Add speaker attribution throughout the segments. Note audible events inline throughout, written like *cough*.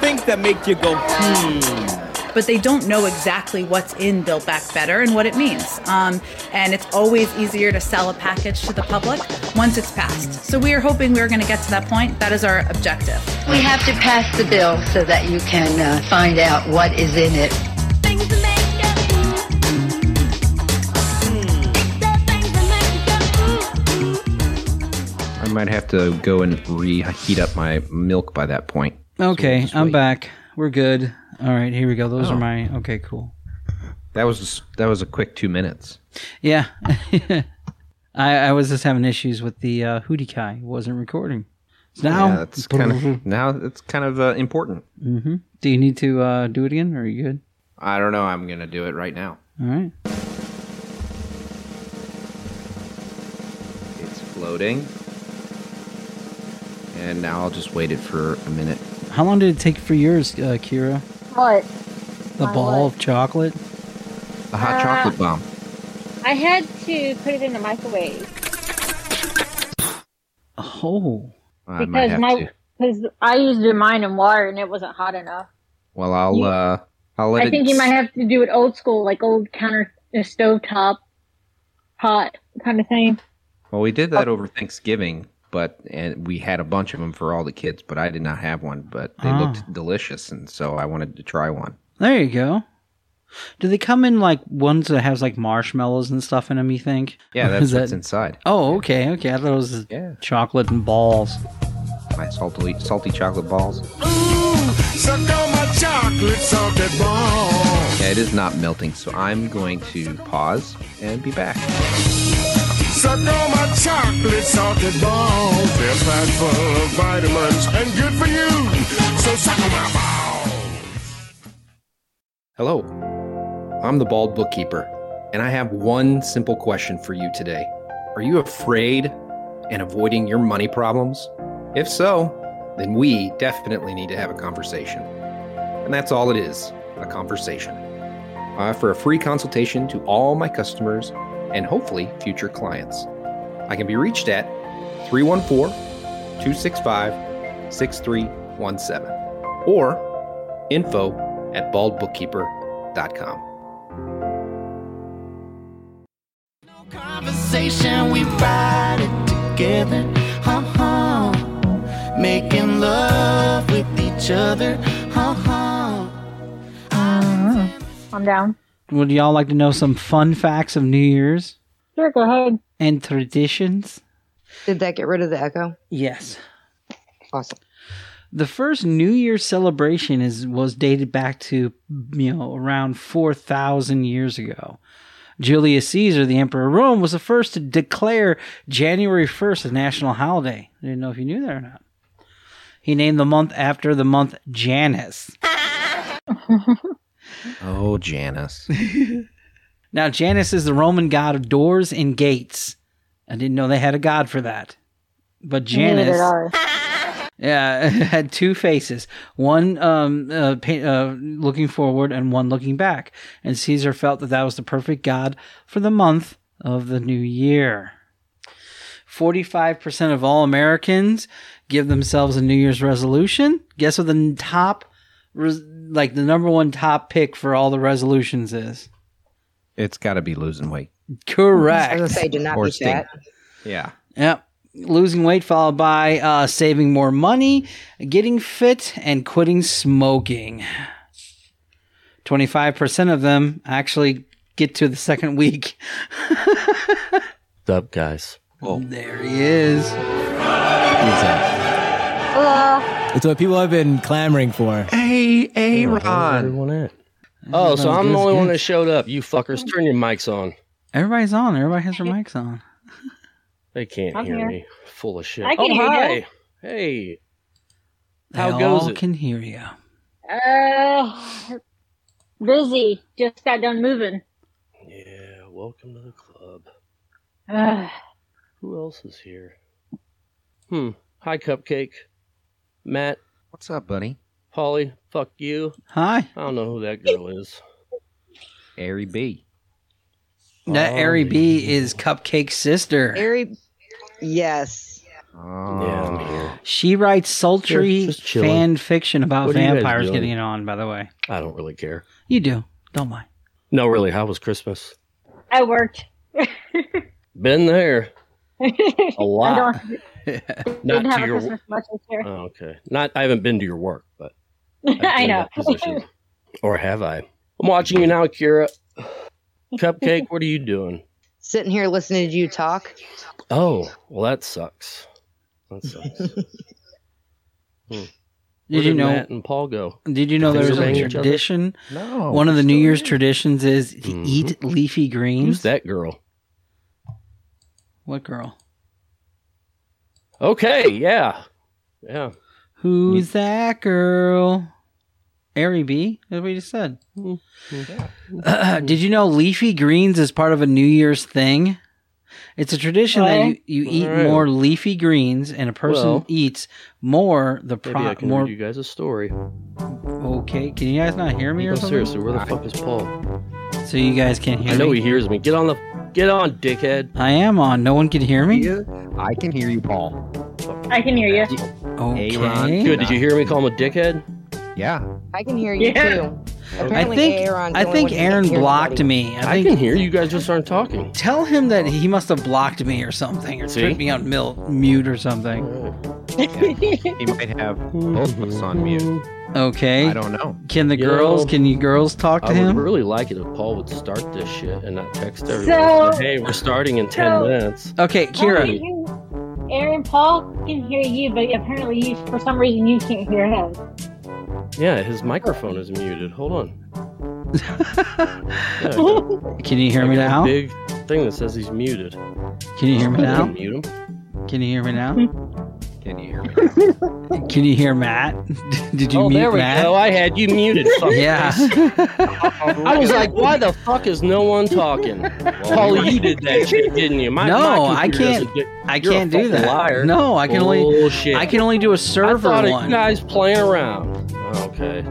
Speaker 1: Things that make you go, hmm.
Speaker 2: but they don't know exactly what's in Build Back Better and what it means. Um, and it's always easier to sell a package to the public once it's passed. So we are hoping we're going to get to that point. That is our objective.
Speaker 3: We have to pass the bill so that you can uh, find out what is in it.
Speaker 4: Things that make you ooh, ooh. It's the things that make you ooh, ooh,
Speaker 5: I might have to go and reheat up my milk by that point.
Speaker 6: Okay,
Speaker 5: Just
Speaker 6: I'm
Speaker 5: wait. Oh.
Speaker 6: back. We're good. All right, here we go. Those are my. Okay, cool.
Speaker 5: That was that was a quick two minutes.
Speaker 6: Yeah. *laughs* I, I was just having issues with the uh, Hootie Kai. It wasn't recording. So now, Mhm.
Speaker 5: Yeah, that's
Speaker 6: *laughs*
Speaker 5: kind of now that's kind of uh, important.
Speaker 6: do you need to uh, do it again? Or are you good?
Speaker 5: I don't know. I'm gonna do it right now.
Speaker 6: All right.
Speaker 5: It's floating, and now I'll just wait it for a minute.
Speaker 6: How long did it take for yours, uh, Kira?
Speaker 7: What?
Speaker 6: The
Speaker 7: My
Speaker 6: ball
Speaker 7: what?
Speaker 6: of chocolate?
Speaker 5: A hot
Speaker 7: Uh,
Speaker 5: chocolate bomb.
Speaker 7: I had to put it in the microwave
Speaker 6: Oh.
Speaker 5: I might
Speaker 7: because
Speaker 5: have
Speaker 7: my
Speaker 5: to.
Speaker 7: because I used to mine in water and it wasn't hot enough.
Speaker 5: Well, I'll uh, I'll let
Speaker 7: I
Speaker 5: it.
Speaker 7: think you might have to do it old school, like old counter uh, stovetop hot kind of thing.
Speaker 5: Well, we did
Speaker 7: Oh.
Speaker 5: that over Thanksgiving, but and we had a bunch of them for all the kids, but I did not have one. But they
Speaker 6: Ah.
Speaker 5: looked delicious, and so I wanted to try one.
Speaker 6: There you go. Do they come in like ones that has like marshmallows and stuff in them, you think?
Speaker 5: Yeah,
Speaker 6: Or *laughs*
Speaker 5: that's
Speaker 6: is
Speaker 5: what's
Speaker 6: that-
Speaker 5: inside.
Speaker 6: Oh, okay, okay. I thought it was
Speaker 5: Yeah.
Speaker 6: chocolate and balls.
Speaker 5: My salty salty chocolate balls.
Speaker 1: Suck on my chocolate salted ball.
Speaker 5: Yeah, it is not melting, so I'm going to pause and be back.
Speaker 1: Suck on my chocolate salted ball. They're packed full of vitamins and good for you. So suck on my ball.
Speaker 8: Hello, I'm the Bald Bookkeeper, and I have one simple question for you today. Are you afraid and avoiding your money problems? If so, then we definitely need to have a conversation. And that's all it is a conversation. I offer a free consultation to all my customers and hopefully future clients. I can be reached at 314 265 6317 or info at baldbookkeeper.com.
Speaker 9: Conversation, we ride it together. Uh-huh. Making love with each other. Uh-huh.
Speaker 7: I'm down.
Speaker 6: Would y'all like to know some fun facts of New Year's
Speaker 7: Sure, go ahead.
Speaker 6: and traditions?
Speaker 10: Did that get rid of the echo?
Speaker 6: Yes.
Speaker 10: Awesome.
Speaker 6: The first New Year's celebration is was dated back to you know around 4000 years ago. Julius Caesar, the emperor of Rome, was the first to declare January 1st a national holiday. I didn't know if you knew that or not. He named the month after the month Janus.
Speaker 5: Oh, Janice. *laughs*
Speaker 6: Now, Janus is the Roman god of doors and gates. I didn't know they had a god for that. But
Speaker 7: Neither
Speaker 6: Janus
Speaker 7: did I.
Speaker 6: *laughs* yeah, had two faces one um, uh, pa- uh, looking forward and one looking back. And Caesar felt that that was the perfect god for the month of the new year. 45% of all Americans give themselves a New Year's resolution. Guess what the n- top, res- like the number one top pick for all the resolutions is?
Speaker 5: it's got to be losing weight.
Speaker 6: Correct.
Speaker 10: I was gonna say, do not
Speaker 5: Or
Speaker 10: be
Speaker 5: sting.
Speaker 10: fat.
Speaker 5: Yeah.
Speaker 6: Yep. Losing weight followed by uh, saving more money, getting fit, and quitting smoking. 25% of them actually get to the second week.
Speaker 11: Dub guys.
Speaker 6: *laughs* There he is.
Speaker 8: It's what people have been clamoring for.
Speaker 5: Hey, hey, Ron.
Speaker 11: Everyone at? Oh, so
Speaker 6: that was
Speaker 11: I'm the
Speaker 6: good,
Speaker 11: only one
Speaker 6: good.
Speaker 11: that showed up. You fuckers, turn your mics on.
Speaker 6: Everybody's on. Everybody has their mics on.
Speaker 11: They can't
Speaker 7: I'm
Speaker 11: hear
Speaker 7: here.
Speaker 11: me. Full of shit.
Speaker 7: I can
Speaker 11: oh,
Speaker 7: hear
Speaker 11: hi.
Speaker 7: you.
Speaker 11: Hey. How
Speaker 6: They
Speaker 11: goes
Speaker 6: all
Speaker 11: it?
Speaker 6: can hear you.
Speaker 12: Uh, busy. Just got done moving.
Speaker 11: Yeah, welcome to the club.
Speaker 12: Uh,
Speaker 11: Who else is here? Hmm. Hi, Cupcake. Matt.
Speaker 5: What's up, buddy?
Speaker 11: Polly. Fuck you.
Speaker 6: Hi.
Speaker 11: I don't know who that girl is.
Speaker 5: Airy B.
Speaker 6: That
Speaker 11: Oh,
Speaker 6: Ari B is Cupcake's sister.
Speaker 10: Airy. Yes.
Speaker 11: Yeah, Oh,
Speaker 5: Oh.
Speaker 11: I'm here.
Speaker 6: She writes sultry
Speaker 11: Just- just chilling.
Speaker 6: fan fiction about
Speaker 11: What are you guys
Speaker 6: vampires
Speaker 11: doing?
Speaker 6: getting it on, by the way.
Speaker 11: I don't really care.
Speaker 6: You do. Don't mind.
Speaker 11: No, really. How was Christmas?
Speaker 12: I worked.
Speaker 7: *laughs*
Speaker 11: Been there. A lot.
Speaker 12: I don't,
Speaker 11: Not
Speaker 12: didn't have
Speaker 11: to
Speaker 12: a
Speaker 11: your-
Speaker 12: Christmas much this year.
Speaker 11: Oh, okay. Not. I haven't been to your work,
Speaker 12: *laughs*
Speaker 11: but
Speaker 12: I
Speaker 11: *laughs* in
Speaker 12: know.
Speaker 11: that
Speaker 12: *laughs*
Speaker 11: position. or have I? I'm watching you now, Kira. Cupcake, what are you doing?
Speaker 10: Sitting here listening to you talk.
Speaker 11: Oh, well, that sucks.
Speaker 6: *laughs*
Speaker 11: That sucks. Hmm. Where
Speaker 6: Did you know?
Speaker 11: Matt and Paul go?
Speaker 6: Did you know
Speaker 11: They
Speaker 6: there was
Speaker 11: were banging
Speaker 6: a
Speaker 11: each other?
Speaker 6: tradition?
Speaker 11: No,
Speaker 6: One of the
Speaker 11: it's
Speaker 6: New
Speaker 11: still
Speaker 6: Year's
Speaker 11: there.
Speaker 6: traditions is to eat leafy
Speaker 11: Mm-hmm. Who's
Speaker 6: greens.
Speaker 11: that girl?
Speaker 6: What girl?
Speaker 11: Okay, yeah, yeah. Mm.
Speaker 6: Who's that girl? Ari B. That's what you just said.
Speaker 11: Mm.
Speaker 6: *clears throat* Did you know leafy greens is part of a New Year's thing? It's a tradition
Speaker 11: Well,
Speaker 6: that you, you eat
Speaker 11: alright.
Speaker 6: more leafy greens, and a person
Speaker 11: Well,
Speaker 6: eats more the
Speaker 11: Maybe
Speaker 6: pro-
Speaker 11: I can
Speaker 6: more.
Speaker 11: read you guys a story.
Speaker 6: Okay, can you guys not hear me
Speaker 11: No,
Speaker 6: or something?
Speaker 11: seriously, where the fuck is Paul?
Speaker 6: So you guys can't hear
Speaker 11: I know
Speaker 6: me.
Speaker 11: he hears me. Get on the, get on, dickhead.
Speaker 6: I am on. No one can hear me.
Speaker 5: I can hear you, Paul.
Speaker 12: I can hear you.
Speaker 6: Okay.
Speaker 5: Aaron.
Speaker 11: Good. Did you hear me call him a dickhead?
Speaker 5: Yeah.
Speaker 10: I can hear you
Speaker 12: Yeah.
Speaker 10: too.
Speaker 6: I
Speaker 10: Apparently,
Speaker 6: think
Speaker 10: Aaron's the
Speaker 6: I
Speaker 10: only
Speaker 6: think
Speaker 10: one who can
Speaker 6: Aaron
Speaker 10: hear
Speaker 6: blocked
Speaker 10: anybody.
Speaker 6: me. I,
Speaker 11: I
Speaker 6: think
Speaker 11: can hear you guys. Just aren't talking.
Speaker 6: tell him that he must have blocked me or something, or
Speaker 11: See?
Speaker 6: put me on mil- mute or something.
Speaker 5: He might have both of us on mute.
Speaker 6: Okay.
Speaker 5: I don't know.
Speaker 6: Can the
Speaker 11: You
Speaker 6: girls?
Speaker 11: know,
Speaker 6: can you girls talk to
Speaker 11: I
Speaker 6: him?
Speaker 11: would really like it if Paul would start this shit and not text everyone.
Speaker 12: So-
Speaker 11: Say, hey, we're starting in ten
Speaker 12: so-
Speaker 11: minutes.
Speaker 6: Okay,
Speaker 12: Paul
Speaker 6: Kira.
Speaker 12: can hear- Aaron Paul can hear you, but apparently you, for some reason, you can't
Speaker 13: *laughs*
Speaker 12: hear him.
Speaker 11: Yeah, his microphone is muted. Hold on.
Speaker 6: *laughs*
Speaker 11: Yeah,
Speaker 6: Can you hear me
Speaker 11: that
Speaker 6: now?
Speaker 11: Big thing that says he's muted.
Speaker 6: Can you hear me
Speaker 11: I
Speaker 6: now?
Speaker 11: didn't Mute him.
Speaker 6: Can you hear me now? *laughs*
Speaker 5: Can you hear me?
Speaker 6: Can you hear Matt? *laughs* Did you
Speaker 11: oh,
Speaker 6: mute
Speaker 11: there we
Speaker 6: Matt? *laughs*
Speaker 11: go. I had you muted. fuckface.
Speaker 6: Yeah.
Speaker 11: I was like, why the fuck is no one talking? Paul, you did that shit, didn't you? My,
Speaker 6: No,
Speaker 11: my
Speaker 6: I
Speaker 11: computer
Speaker 6: can't-
Speaker 11: doesn't do-
Speaker 6: I
Speaker 11: You're a
Speaker 6: can't do
Speaker 11: fucking
Speaker 6: that.
Speaker 11: Liar.
Speaker 6: No, I can only-
Speaker 11: Bullshit.
Speaker 6: I can only do a server
Speaker 11: I thought
Speaker 6: one.
Speaker 11: You guys playing around. Okay.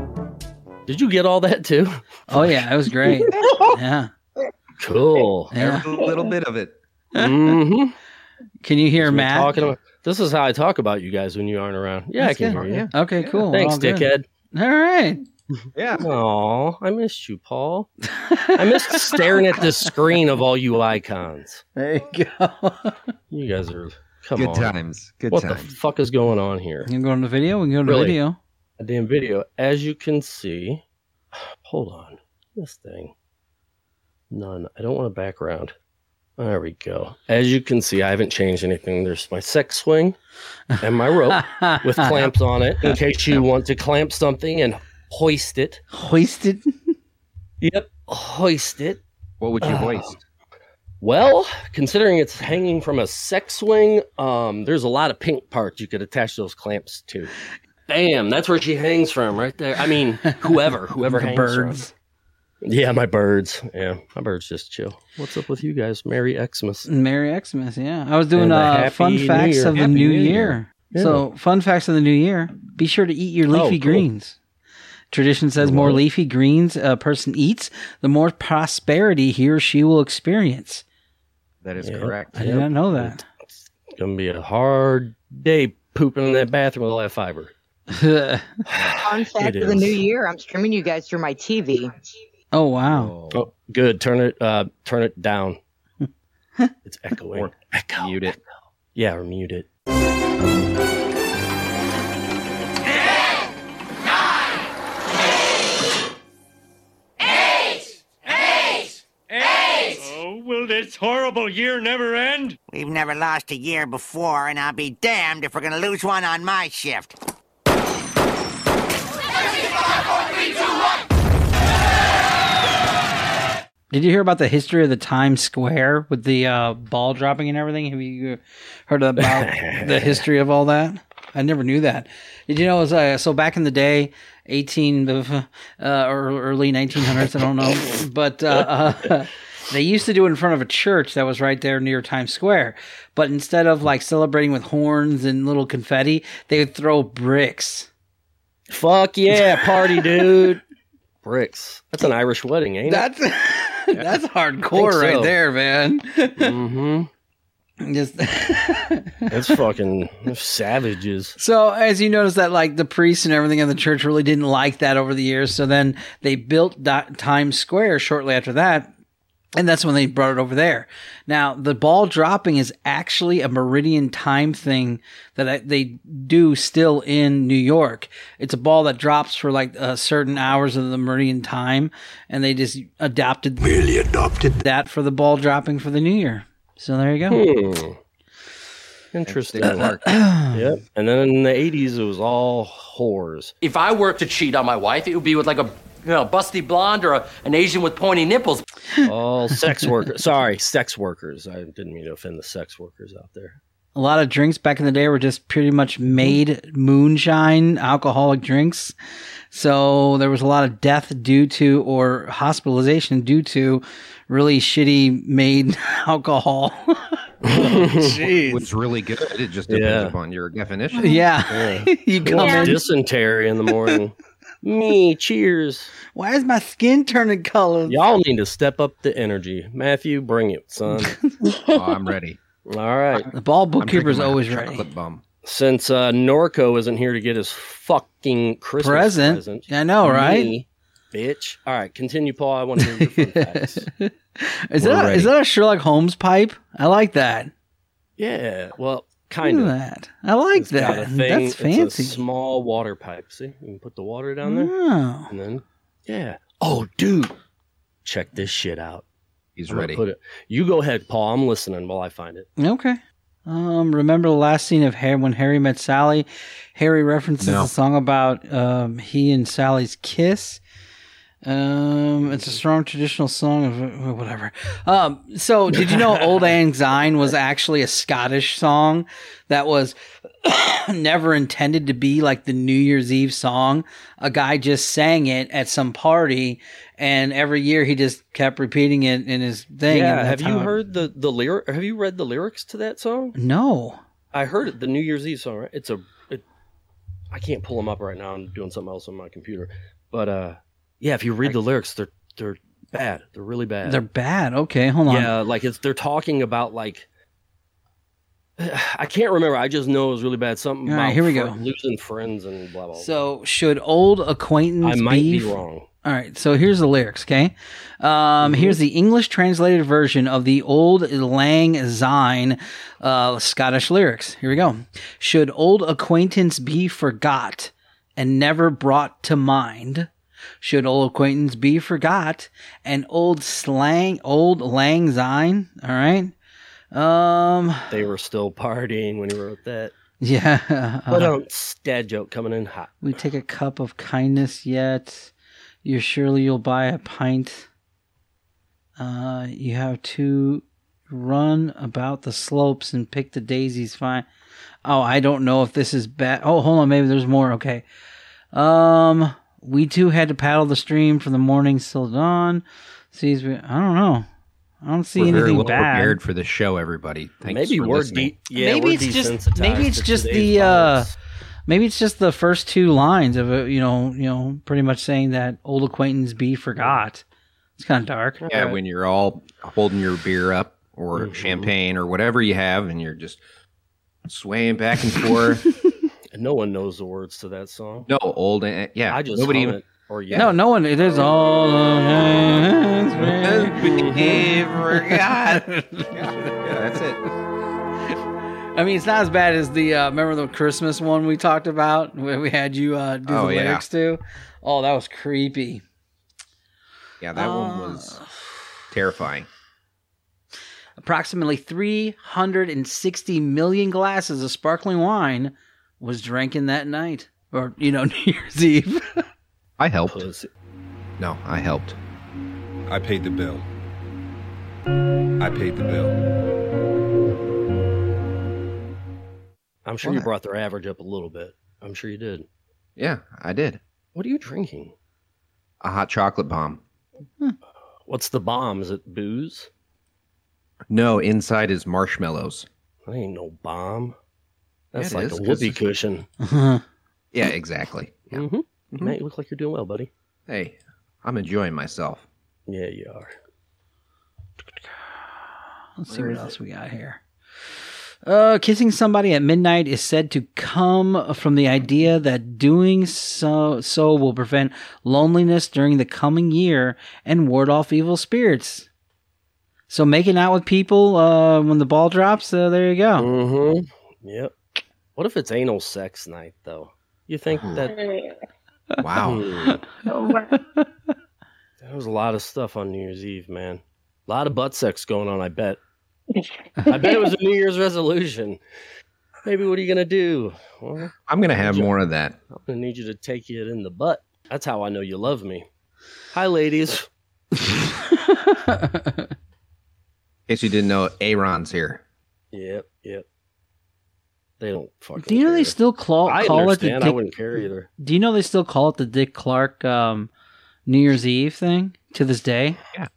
Speaker 11: Did you get all that too?
Speaker 6: Oh yeah, it was
Speaker 11: *laughs*
Speaker 6: great. Yeah. *laughs*
Speaker 11: Cool.
Speaker 6: yeah.
Speaker 5: Every little bit of it.
Speaker 11: Mm-hmm.
Speaker 6: Can you hear Matt?
Speaker 11: Talking about, this is how I talk about you guys when you aren't around. Yeah,
Speaker 6: That's
Speaker 11: I can
Speaker 6: good.
Speaker 11: hear you.
Speaker 6: Okay, cool. We're
Speaker 11: Thanks,
Speaker 6: all good.
Speaker 11: dickhead.
Speaker 6: All right.
Speaker 5: Yeah.
Speaker 11: Aw, I missed you, Paul. I missed staring at this screen of all you icons.
Speaker 6: There you go. *laughs*
Speaker 11: You guys are come
Speaker 5: Good
Speaker 11: on.
Speaker 5: times. Good
Speaker 11: what the
Speaker 5: times.
Speaker 11: fuck is going on here?
Speaker 6: you can go on the video. We can go to
Speaker 11: Really?
Speaker 6: video.
Speaker 11: A damn video. As you can see, *sighs* hold on. This thing. None. I don't want a background. There we go. As you can see, I haven't changed anything. There's my sex swing and my
Speaker 6: *laughs*
Speaker 11: rope with clamps on it in case you want to clamp something and hoist it.
Speaker 6: Hoisted.
Speaker 11: Yep. Hoist it.
Speaker 5: What would you hoist?
Speaker 11: Well, considering it's hanging from a sex swing, um, there's a lot of pink parts you could attach those clamps to. Bam, that's where she hangs from, right there.
Speaker 6: *laughs*
Speaker 11: I mean, whoever, whoever
Speaker 6: The
Speaker 11: hangs
Speaker 6: birds.
Speaker 11: from. Yeah, my birds. Yeah, my birds just chill. What's up with you guys? Merry Xmas.
Speaker 6: Merry Xmas. Yeah. I was doing
Speaker 11: And a
Speaker 6: uh,
Speaker 11: happy
Speaker 6: fun
Speaker 11: New
Speaker 6: facts
Speaker 11: Year.
Speaker 6: of the
Speaker 5: Happy
Speaker 6: new,
Speaker 5: New
Speaker 6: year.
Speaker 5: Year.
Speaker 11: Yeah.
Speaker 6: So, fun facts of the new year. Be sure to eat your
Speaker 11: Oh,
Speaker 6: leafy
Speaker 11: cool.
Speaker 6: greens. Tradition says more leafy greens a person eats, the more prosperity he or she will experience.
Speaker 5: That is
Speaker 11: Yeah.
Speaker 5: correct.
Speaker 6: I did
Speaker 11: Yep.
Speaker 6: not know that.
Speaker 11: It's gonna be a hard day pooping in that bathroom with all that fiber.
Speaker 10: Fun fact
Speaker 11: It
Speaker 10: of the new
Speaker 11: is.
Speaker 10: year: I'm streaming you guys through my TV.
Speaker 6: *laughs* oh, wow.
Speaker 5: Oh,
Speaker 11: Oh, good. Turn it, uh, turn it
Speaker 10: *laughs*
Speaker 11: down. it's echoing.
Speaker 5: Or
Speaker 11: Echo.
Speaker 5: mute it.
Speaker 11: Yeah, or mute it.
Speaker 14: Oh, will this horrible year never end?
Speaker 15: We've never lost a year before, and I'll be damned if we're gonna lose one on my shift.
Speaker 6: Did you hear about the history of the Times Square
Speaker 11: *laughs*
Speaker 6: with the uh, ball dropping and everything? Have you heard about the history of all that? I never knew that. Did you know? As I, so back in the day, eighteen *laughs* of, uh, or early nineteen hundreds, I don't know, but uh, uh, *laughs* they used to do it in front of a church that was right there near Times Square. But instead of like celebrating with horns and little confetti, they would throw bricks.
Speaker 11: Fuck yeah, party dude! *laughs* Bricks. That's an Irish wedding, ain't
Speaker 6: That's *laughs*
Speaker 11: it?
Speaker 6: that's hardcore
Speaker 11: I think
Speaker 6: right
Speaker 11: so.
Speaker 6: there, man. *laughs*
Speaker 11: mm-hmm.
Speaker 6: Just *laughs*
Speaker 11: That's fucking they're *laughs* savages.
Speaker 6: So as you notice that like the priests and everything in the church really didn't like that over the years. So then they built Di- Times Square shortly after that. And that's when they brought it over there. Now, the ball dropping is actually a meridian time thing that I, they do still in New York. It's a ball that drops for like uh, certain hours of the meridian time. And they just adopted, really adopted that for the ball dropping for the new year. So there you go.
Speaker 11: Hmm. Interesting. yep. And then in the eighties it was all whores.
Speaker 16: If I were to cheat on my wife, it would be with like a you know, busty blonde or a, an Asian with pointy nipples.
Speaker 11: *laughs* All sex workers. Sorry, sex workers. I didn't mean to offend the sex workers out there.
Speaker 6: a lot of drinks back in the day were just pretty much made moonshine alcoholic drinks so there was a lot of death due to or hospitalization due to really shitty made *laughs* alcohol
Speaker 5: Jeez. What's really good, it just depends
Speaker 11: Yeah.
Speaker 5: upon your
Speaker 6: *laughs*
Speaker 5: definition.
Speaker 6: Yeah. *laughs* You
Speaker 11: Well,
Speaker 6: come in-
Speaker 11: dysentery in the morning. Me, cheers.
Speaker 6: Why is my skin turning colors?
Speaker 11: Y'all need to step up the energy. Matthew, bring it, son.
Speaker 5: Oh, I'm ready.
Speaker 11: All right.
Speaker 6: The ball
Speaker 11: bookkeeper's always
Speaker 6: ready.
Speaker 11: Since uh, Norco isn't here to get his fucking Christmas
Speaker 6: Present.
Speaker 11: present,
Speaker 6: I know, right?
Speaker 11: me, bitch. All right, continue, Paul. I want to hear your
Speaker 6: *laughs*
Speaker 11: fun facts.
Speaker 6: is
Speaker 11: We're
Speaker 6: that,
Speaker 11: ready.
Speaker 6: is that a sherlock holmes pipe i like that
Speaker 11: Yeah, well,
Speaker 6: Look
Speaker 11: kind
Speaker 6: at
Speaker 11: of.
Speaker 6: that i like
Speaker 11: It's got a
Speaker 6: that
Speaker 11: thing.
Speaker 6: that's
Speaker 11: It's a
Speaker 6: fancy
Speaker 11: small water pipe. See, you can put the water down there,
Speaker 6: Oh.
Speaker 11: and then yeah. Oh, dude, check this shit out.
Speaker 5: He's
Speaker 11: gonna
Speaker 5: ready.
Speaker 11: Put it. You go ahead, Paul. I'm listening while I find it.
Speaker 6: Okay. Um, remember the last scene of Harry when Harry met Sally? Harry references
Speaker 11: No.
Speaker 6: a song about um, he and Sally's kiss. Um, it's a strong traditional song of uh, whatever. Um, so did you know Old Lang Syne was actually a Scottish song that was *coughs* never intended to be like the New Year's Eve song? A guy just sang it at some party, and every year he just kept repeating it in his thing. and
Speaker 11: yeah,
Speaker 6: that's
Speaker 11: have you
Speaker 6: how it-
Speaker 11: heard the the lyric? Have you read the lyrics to that song?
Speaker 6: No.
Speaker 11: I heard it, the New Year's Eve song. Right? It's a. It, I can't pull them up right now. I'm doing something else on my computer. But uh, yeah, if you read the lyrics, they're they're bad. They're really bad.
Speaker 6: They're bad. Okay, hold on.
Speaker 11: Yeah, like it's they're talking about like I can't remember. I just know it was really bad. Something.
Speaker 6: All right,
Speaker 11: about
Speaker 6: here we
Speaker 11: fr-
Speaker 6: go.
Speaker 11: Losing friends and blah blah.
Speaker 6: So should old acquaintance
Speaker 11: I might be
Speaker 6: f-
Speaker 11: wrong. Mm-hmm.
Speaker 6: All right, so here's the lyrics, okay? Um, Here's the English translated version of the old Lang Syne uh, Scottish lyrics. Here we go. Should old acquaintance be forgot and never brought to mind? Should old acquaintance be forgot and old slang, old Lang Syne? All right. Um, *laughs*
Speaker 11: blah. They were still partying when he wrote that.
Speaker 6: yeah.
Speaker 11: But um, dad joke coming in hot.
Speaker 6: We take a cup of kindness yet. You surely you'll buy a pint. Uh, you have to run about the slopes and pick the daisies fine. Oh, I don't know if this is bad. Oh, hold on, maybe there's more. Okay. Um, we too had to paddle the stream from the morning till dawn. Sees we. I don't know. I don't see
Speaker 5: We're
Speaker 6: anything
Speaker 5: very well
Speaker 6: bad.
Speaker 5: prepared for the show, everybody. Thanks
Speaker 11: Maybe
Speaker 5: for
Speaker 11: we're
Speaker 5: listening.
Speaker 11: de- yeah, Maybe we're it's just- desensitized
Speaker 6: maybe it's
Speaker 11: to
Speaker 6: just
Speaker 11: today's
Speaker 6: the uh maybe it's just the first two lines of it you know you know pretty much saying that old acquaintance be forgot it's kind of dark
Speaker 5: Yeah, when you're all holding your beer up or
Speaker 11: Mm-hmm.
Speaker 5: champagne or whatever you have, and you're just swaying back and forth.
Speaker 11: *laughs* And no one knows the words to that song.
Speaker 5: no, old. eh, Yeah,
Speaker 11: I just
Speaker 5: nobody
Speaker 11: hum
Speaker 5: even.
Speaker 11: it, or yeah.
Speaker 6: no no one it is all
Speaker 5: *laughs*
Speaker 11: *laughs*
Speaker 5: Yeah, that's it.
Speaker 6: i mean it's not as bad as the uh remember the christmas one we talked about where we had you uh do
Speaker 5: Oh,
Speaker 6: the
Speaker 5: yeah.
Speaker 6: lyrics to oh that was creepy
Speaker 5: Yeah, that
Speaker 11: Uh.
Speaker 5: one was terrifying.
Speaker 6: approximately 360 million glasses of sparkling wine was drank in that night or you know *laughs* new year's
Speaker 5: *laughs*
Speaker 6: eve
Speaker 5: I helped. No, I helped.
Speaker 17: I paid the bill. I paid the bill.
Speaker 11: I'm sure you
Speaker 5: What?
Speaker 11: brought their average up a little bit. I'm sure you did.
Speaker 5: Yeah, I did.
Speaker 11: What are you drinking?
Speaker 5: A hot chocolate bomb.
Speaker 11: What's the bomb? Is it booze?
Speaker 5: No, inside is marshmallows.
Speaker 11: That ain't no bomb.
Speaker 5: Yeah,
Speaker 11: That's
Speaker 5: it
Speaker 11: like
Speaker 5: is,
Speaker 11: a
Speaker 5: 'cause-
Speaker 11: whoopee cushion.
Speaker 5: Yeah, exactly. Yeah.
Speaker 11: Mm-hmm. Matt, you look like you're doing well, buddy.
Speaker 5: Hey, I'm
Speaker 6: *laughs*
Speaker 5: enjoying myself.
Speaker 11: Yeah, you are.
Speaker 6: Let's see what else we got here. Uh, kissing somebody at midnight is said to come from the idea that doing so so will prevent loneliness during the coming year and ward off evil spirits. So making out with people uh, when the ball drops, uh, there you
Speaker 5: Oh.
Speaker 6: go.
Speaker 11: Mm-hmm. Yep. What if it's anal sex night though? You think that?
Speaker 5: Oh. Wow.
Speaker 6: Hmm.
Speaker 11: There was a lot of stuff on New Year's Eve, man. A lot of butt sex going on. I bet. I bet it was a New Year's resolution. Maybe what are you gonna do? Well,
Speaker 5: I'm gonna have more of that.
Speaker 11: I'm gonna need you to take it in the butt. That's how I know you love me. Hi, ladies.
Speaker 5: In case you didn't know, Aaron's here.
Speaker 11: Yep, yep. They don't fucking.
Speaker 6: *laughs* Do you know they still call,
Speaker 11: I
Speaker 6: call it the
Speaker 11: understand. I
Speaker 6: Dick?
Speaker 11: wouldn't care either.
Speaker 6: Do you know they still call it the Dick Clark um, New Year's Eve thing to this day?
Speaker 5: Yeah,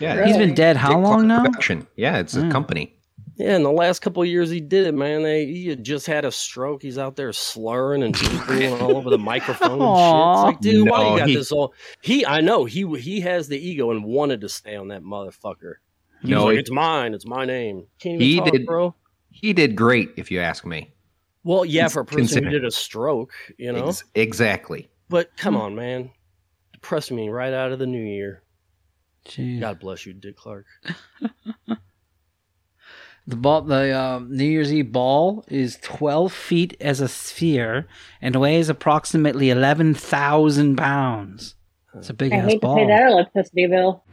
Speaker 11: Yeah,
Speaker 6: he's been
Speaker 11: Dick-
Speaker 6: dead how
Speaker 11: Dick
Speaker 6: long now?
Speaker 11: *laughs*
Speaker 6: Hmm.
Speaker 5: Production. Yeah, it's a
Speaker 11: Yeah.
Speaker 5: company.
Speaker 11: Yeah, in the last couple of years, he did it, man. They, he had just had a stroke. He's out there slurring and drooling all over the microphone
Speaker 6: Aw.
Speaker 11: and shit. It's like, dude, why
Speaker 6: No,
Speaker 11: you got
Speaker 6: he-
Speaker 11: this all? He, I know he he has the ego and wanted to stay on that motherfucker. He's
Speaker 5: No,
Speaker 11: like,
Speaker 5: he-
Speaker 11: it's mine. It's my name. Can't even
Speaker 5: He
Speaker 11: talk,
Speaker 5: did.
Speaker 11: bro.
Speaker 5: He did great, if you ask me.
Speaker 11: Well, yeah, for a person
Speaker 5: Consider-
Speaker 11: who did a stroke, you know.
Speaker 5: Ex- exactly.
Speaker 11: but
Speaker 6: Hmm.
Speaker 11: come on, man, depressed me right out of the new year. God bless you, Dick Clark.
Speaker 6: The ball, the um, New Year's Eve ball is 12 feet as a sphere and weighs approximately 11,000 pounds. It's a big
Speaker 12: I
Speaker 6: ass
Speaker 12: hate to pay
Speaker 6: ball.
Speaker 12: that electricity bill.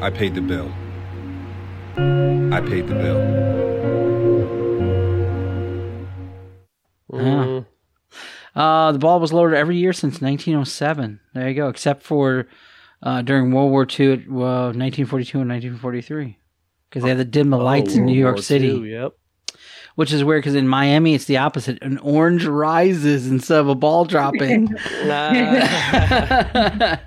Speaker 17: I paid the bill. I paid the bill.
Speaker 11: Mm-hmm.
Speaker 6: Yeah. Uh, the ball was lowered every year since 1907. There you go, except for uh, during World War II, it, uh, 1942 and 1943, because they had to dim the lights in
Speaker 11: Oh, World
Speaker 6: New York
Speaker 11: War
Speaker 6: City.
Speaker 11: II,
Speaker 6: *laughs*
Speaker 11: yep.
Speaker 6: Which is weird because in Miami it's the opposite. An orange rises instead of a ball
Speaker 12: *laughs*
Speaker 6: dropping. *laughs* the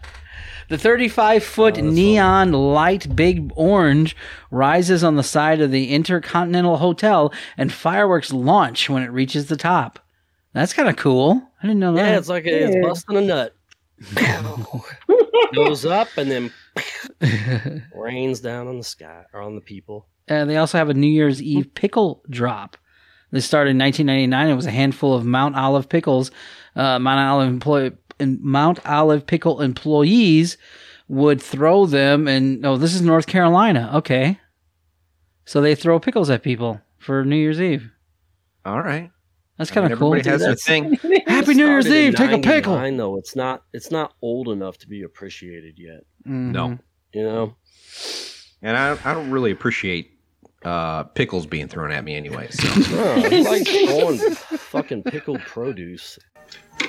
Speaker 6: 35 foot
Speaker 11: Oh,
Speaker 6: neon light big orange rises on the side of the Intercontinental Hotel and fireworks launch when it reaches the top. That's kind of cool. I didn't know that.
Speaker 11: Yeah, it's like a, it's busting
Speaker 6: *laughs*
Speaker 11: a nut. Goes up and then
Speaker 6: *laughs*
Speaker 11: rains down on the sky or on the people.
Speaker 6: Uh, they also have a New Year's Eve pickle drop. They started in 1999. It was a handful of Mount Olive pickles. Uh, Mount Olive employ- and Mount Olive pickle employees would throw them, and oh, this is North Carolina. Okay, so they throw pickles at people for New Year's Eve.
Speaker 5: All right,
Speaker 6: that's
Speaker 11: I mean,
Speaker 6: kind of cool.
Speaker 11: everybody has their
Speaker 6: *laughs*
Speaker 11: thing.
Speaker 6: Happy New Year's
Speaker 11: Started in
Speaker 6: Eve. Take a pickle.
Speaker 11: 99, though it's not it's not old enough to be appreciated yet.
Speaker 6: Hmm.
Speaker 5: No.
Speaker 11: You know.
Speaker 5: And I, I don't really appreciate uh, pickles being thrown at me anyway.
Speaker 6: *laughs*
Speaker 5: So.
Speaker 11: No, it's like throwing fucking pickled produce.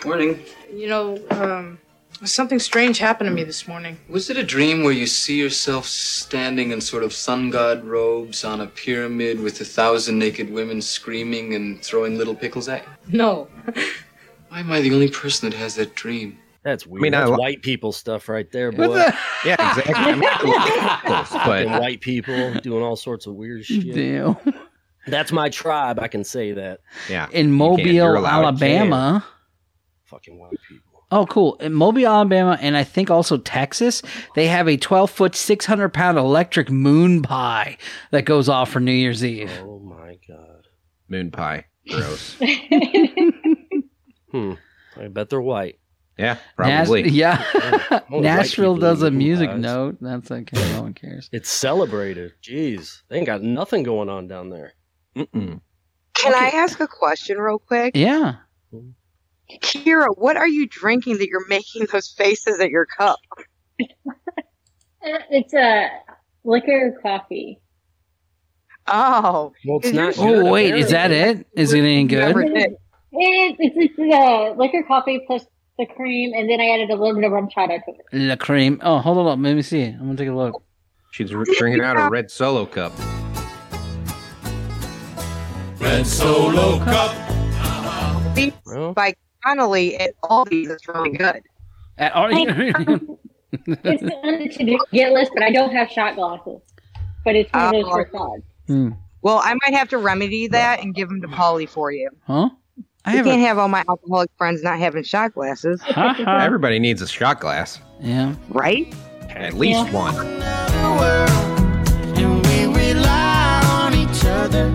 Speaker 18: Morning. You know, um, something strange happened to me this morning.
Speaker 19: Was it a dream where you see yourself standing in sort of sun god robes on a pyramid with a thousand naked women screaming and throwing little pickles at you?
Speaker 12: *laughs*
Speaker 18: No.
Speaker 19: Why am I the only person that has that dream?
Speaker 11: That's weird.
Speaker 19: mean, I
Speaker 11: That's
Speaker 19: li-
Speaker 11: white people stuff right there,
Speaker 19: What
Speaker 11: boy.
Speaker 19: the- Yeah, exactly. I mean, I
Speaker 5: love pickles,
Speaker 11: Fucking
Speaker 5: but-
Speaker 11: white people doing all sorts of weird
Speaker 6: *laughs*
Speaker 11: shit.
Speaker 6: Damn.
Speaker 11: That's my tribe. I can say that.
Speaker 5: Yeah.
Speaker 6: In Mobile, Alabama.
Speaker 11: Fucking white people.
Speaker 6: Oh, cool. In Mobile, Alabama, and I think also Texas, they have a 12 foot, 600 pound electric moon pie that goes off for New Year's Eve.
Speaker 11: Oh my god.
Speaker 5: Moon pie.
Speaker 6: *laughs*
Speaker 5: Gross.
Speaker 11: hmm. I bet they're white.
Speaker 5: Yeah,
Speaker 6: Nas-
Speaker 5: probably.
Speaker 6: yeah.
Speaker 11: Oh,
Speaker 6: *laughs* Nashville
Speaker 11: white people
Speaker 6: does a
Speaker 11: eating
Speaker 6: music
Speaker 11: pies.
Speaker 6: note. That's okay. No one cares.
Speaker 11: It's celebrated. Jeez. They ain't got nothing going on down there.
Speaker 5: Mm-mm.
Speaker 13: Can I ask a question real quick?
Speaker 6: Yeah.
Speaker 13: Kira, what are you drinking that you're making those faces at your cup?
Speaker 12: Uh, It's a liquor coffee.
Speaker 13: Oh.
Speaker 11: Well,
Speaker 12: it's not
Speaker 6: Oh, wait. Is that it? Is it any good?
Speaker 12: It, it's, it's a liquor coffee plus the cream, and then I added a little bit of rum chata to
Speaker 13: *laughs*
Speaker 12: it.
Speaker 6: La cream. Oh, hold on up. Let me see. I'm going to take a look.
Speaker 5: She's r- drinking out a red solo cup.
Speaker 1: Red Solo Cup.
Speaker 13: Beats by Connolly at all these is really good.
Speaker 6: At all,
Speaker 7: It's on the to-get list, but I don't have shot glasses. But it's one of
Speaker 13: Uh,
Speaker 7: those for fun.
Speaker 13: Well, I might have to remedy that and give them to Polly for you.
Speaker 6: *laughs* Huh?
Speaker 13: I can't have all my alcoholic friends not having shot glasses.
Speaker 6: Uh,
Speaker 13: *laughs*
Speaker 5: Everybody needs a shot glass.
Speaker 6: Yeah.
Speaker 13: Right?
Speaker 5: At
Speaker 13: Yeah.
Speaker 5: least one.
Speaker 1: We rely on each other.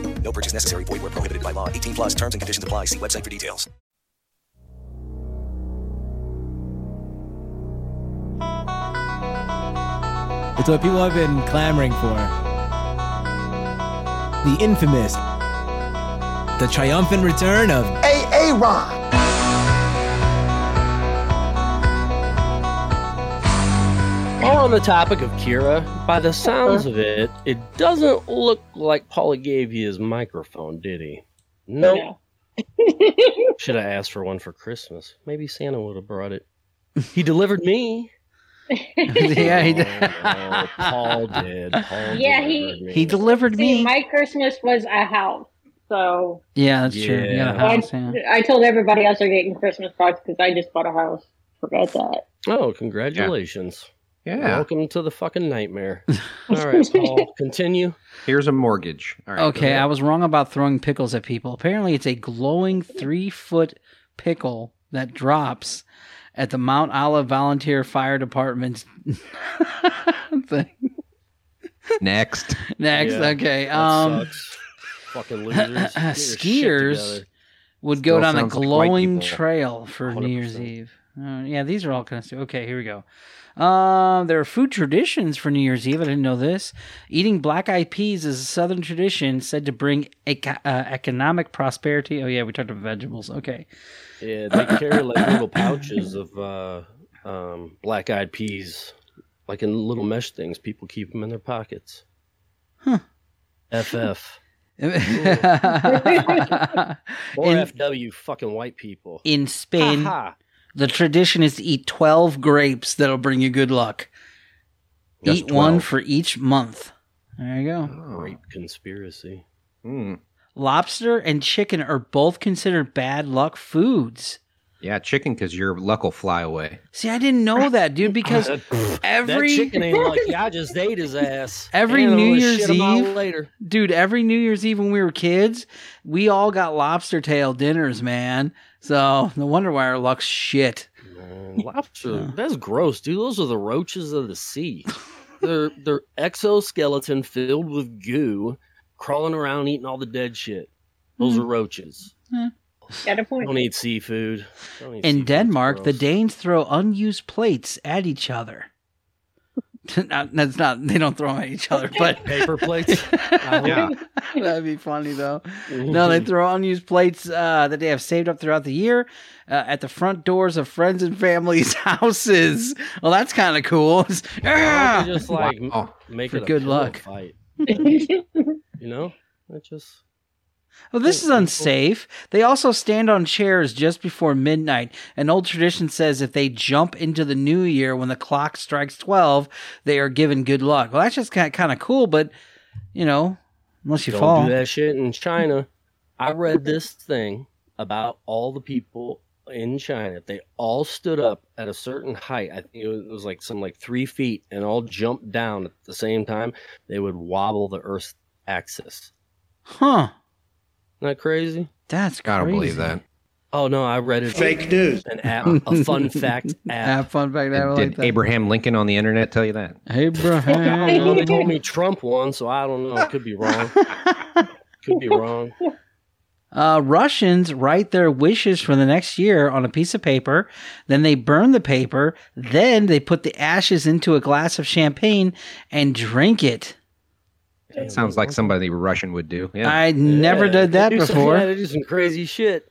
Speaker 20: No purchase necessary. Void where prohibited by law. 18 plus terms and conditions apply. See website for details.
Speaker 9: It's what people have been clamoring for. The infamous, the triumphant return of
Speaker 1: A Ron.
Speaker 11: While on the topic of Kira, by the sounds of it, it doesn't look like Paula gave you his microphone, did he?
Speaker 7: *laughs*
Speaker 11: No. Should have asked for one for Christmas. Maybe Santa would have brought it. He delivered me.
Speaker 6: *laughs* *laughs* yeah, he did.
Speaker 11: Oh, Paul did. Paul
Speaker 7: Yeah,
Speaker 11: delivered
Speaker 7: he
Speaker 11: me.
Speaker 6: *laughs* He delivered
Speaker 7: See,
Speaker 6: me.
Speaker 7: my Christmas was a house, so
Speaker 6: Yeah, that's true. You got a house, yeah.
Speaker 7: I, I told everybody else they're getting Christmas cards because I just bought a house. Forgot that.
Speaker 11: Oh, congratulations.
Speaker 5: Yeah.
Speaker 20: Oh.
Speaker 11: Welcome to the
Speaker 6: *laughs*
Speaker 11: fucking nightmare. All right, Paul, continue.
Speaker 5: Here's a mortgage. All right.
Speaker 6: okay, I was wrong about throwing pickles at people. Apparently, it's a glowing three foot pickle that drops at the Mount Olive Volunteer Fire Department's *laughs* thing. *laughs*
Speaker 5: Next.
Speaker 6: Next,
Speaker 11: Yeah,
Speaker 6: okay.
Speaker 11: that
Speaker 6: um,
Speaker 11: sucks.
Speaker 6: *laughs*
Speaker 11: Fucking losers. Get your shit
Speaker 6: skiers
Speaker 11: together.
Speaker 6: would
Speaker 11: Still
Speaker 6: go down a
Speaker 11: sounds like white
Speaker 6: glowing
Speaker 11: people.
Speaker 6: trail for New Year's Eve. Uh, yeah, these are all kind of stuff. Okay, here we go. Uh, there are food traditions for New Year's Eve. I didn't know this. Eating black eyed peas is a southern tradition said to bring eco- uh, economic prosperity. Oh, yeah, we talked about vegetables. Okay.
Speaker 11: Yeah, they carry like little pouches of uh, um, black-eyed peas, like in little mesh things. People keep them in their pockets.
Speaker 6: Huh.
Speaker 11: FF.
Speaker 6: *laughs*
Speaker 11: More
Speaker 6: in,
Speaker 11: FW fucking white people.
Speaker 6: in Spain,
Speaker 11: Ha
Speaker 6: the tradition is to eat 12 grapes that'll bring you good luck.
Speaker 11: Just
Speaker 6: eat one
Speaker 11: 12.
Speaker 6: for each month. There you go.
Speaker 11: ha. Great conspiracy.
Speaker 5: Hmm.
Speaker 6: Lobster and chicken are both considered bad luck foods.
Speaker 5: Yeah, chicken because your luck will fly away.
Speaker 6: See, I didn't know that, dude, because every
Speaker 11: *laughs* that chicken ain't
Speaker 6: *laughs*
Speaker 11: like I just ate his ass.
Speaker 6: every
Speaker 11: And I
Speaker 6: New
Speaker 11: was
Speaker 6: Year's
Speaker 11: shit a mile
Speaker 6: Eve,
Speaker 11: later.
Speaker 6: dude, every New Year's Eve when we were kids, we all got lobster tail dinners, man. So no wonder why our luck's shit.
Speaker 11: Lobster. That's gross, dude. Those are the roaches of the sea. they're they're exoskeleton filled with goo, crawling around eating all the dead shit. Those
Speaker 6: Hmm.
Speaker 11: are roaches.
Speaker 7: Got a point.
Speaker 11: Don't eat seafood. Don't eat
Speaker 6: In
Speaker 11: seafood.
Speaker 6: Denmark, the
Speaker 11: gross.
Speaker 6: Danes throw unused plates at each other. *laughs* Not- that's not they don't throw 'em at each other, but *laughs*
Speaker 11: paper plates.
Speaker 6: *laughs*
Speaker 11: *laughs*
Speaker 6: yeah. That'd be funny though. No, they throw unused plates uh, that they have saved up throughout the year uh, at the front doors of friends and family's *laughs* houses. Well, that's kind of cool. *laughs* It's-
Speaker 11: Why
Speaker 6: ah!
Speaker 11: don't they
Speaker 6: *laughs*
Speaker 11: just like m- make
Speaker 6: For
Speaker 11: it a
Speaker 6: good
Speaker 11: pillow
Speaker 6: luck.
Speaker 11: Fight, you know? That just
Speaker 6: Well, this is unsafe. They also stand on chairs just before midnight. An old tradition says if they jump into the new year when the clock strikes 12, they are given good luck. Well, that's just kind of cool, but, you know, unless you
Speaker 11: Don't
Speaker 6: fall.
Speaker 11: do that shit in China. I read this thing about all the people in China. They all stood up at a certain height. I think it was, it was like some like three feet, and all jumped down at the same time. They would wobble the Earth's axis.
Speaker 6: Huh.
Speaker 11: Not crazy.
Speaker 6: That's
Speaker 5: I don't believe that.
Speaker 11: Oh no, I read it.
Speaker 5: Fake news.
Speaker 11: An app, a
Speaker 6: *laughs*
Speaker 11: fun fact app.
Speaker 6: fun fact.
Speaker 11: I
Speaker 5: Did
Speaker 11: like that.
Speaker 5: Abraham Lincoln on the internet tell you that?
Speaker 11: I *laughs*
Speaker 6: Abraham.
Speaker 11: don't know, they told me Trump won, so I don't know. It could
Speaker 6: *laughs*
Speaker 11: be wrong. could be wrong.
Speaker 6: Uh, Russians write their wishes for the next year on a piece of paper. Then they burn the paper. Then they put the ashes into a glass of champagne and drink it.
Speaker 5: It sounds like somebody Russian would do. Yeah.
Speaker 6: I never
Speaker 11: Yeah,
Speaker 6: did
Speaker 11: *laughs*
Speaker 6: that
Speaker 11: they do some-
Speaker 6: before.
Speaker 11: yeah, they do some crazy shit.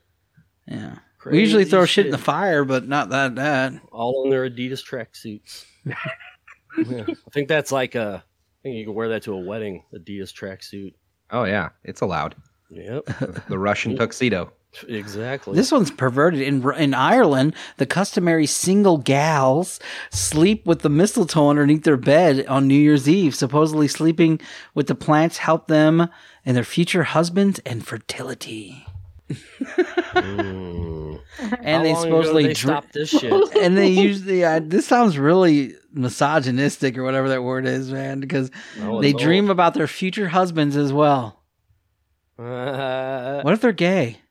Speaker 6: Yeah. we usually
Speaker 11: Crazy
Speaker 6: throw shit in the fire, but not that that.
Speaker 11: All in their Adidas tracksuits. yeah. I think that's like a. I think you can wear that to a wedding. Adidas tracksuit.
Speaker 5: Oh yeah, it's allowed.
Speaker 6: *laughs*
Speaker 11: Yep.
Speaker 5: The Russian tuxedo.
Speaker 11: Exactly.
Speaker 6: This one's perverted. In in Ireland, the customary single gals sleep with the mistletoe underneath their bed on New Year's Eve. Supposedly, sleeping with the plants help them and their future husbands and fertility.
Speaker 11: How
Speaker 6: And they
Speaker 11: Hmm. long ago did
Speaker 6: supposedly
Speaker 11: they
Speaker 6: drink-
Speaker 11: stopped
Speaker 6: *laughs*
Speaker 11: this shit.
Speaker 6: and
Speaker 11: *laughs*
Speaker 6: they usually uh, this sounds really misogynistic or whatever that word is, man. Because
Speaker 11: No, it's
Speaker 6: they
Speaker 11: old. *laughs*
Speaker 6: dream about their future husbands as well.
Speaker 11: Uh,
Speaker 6: What if they're gay?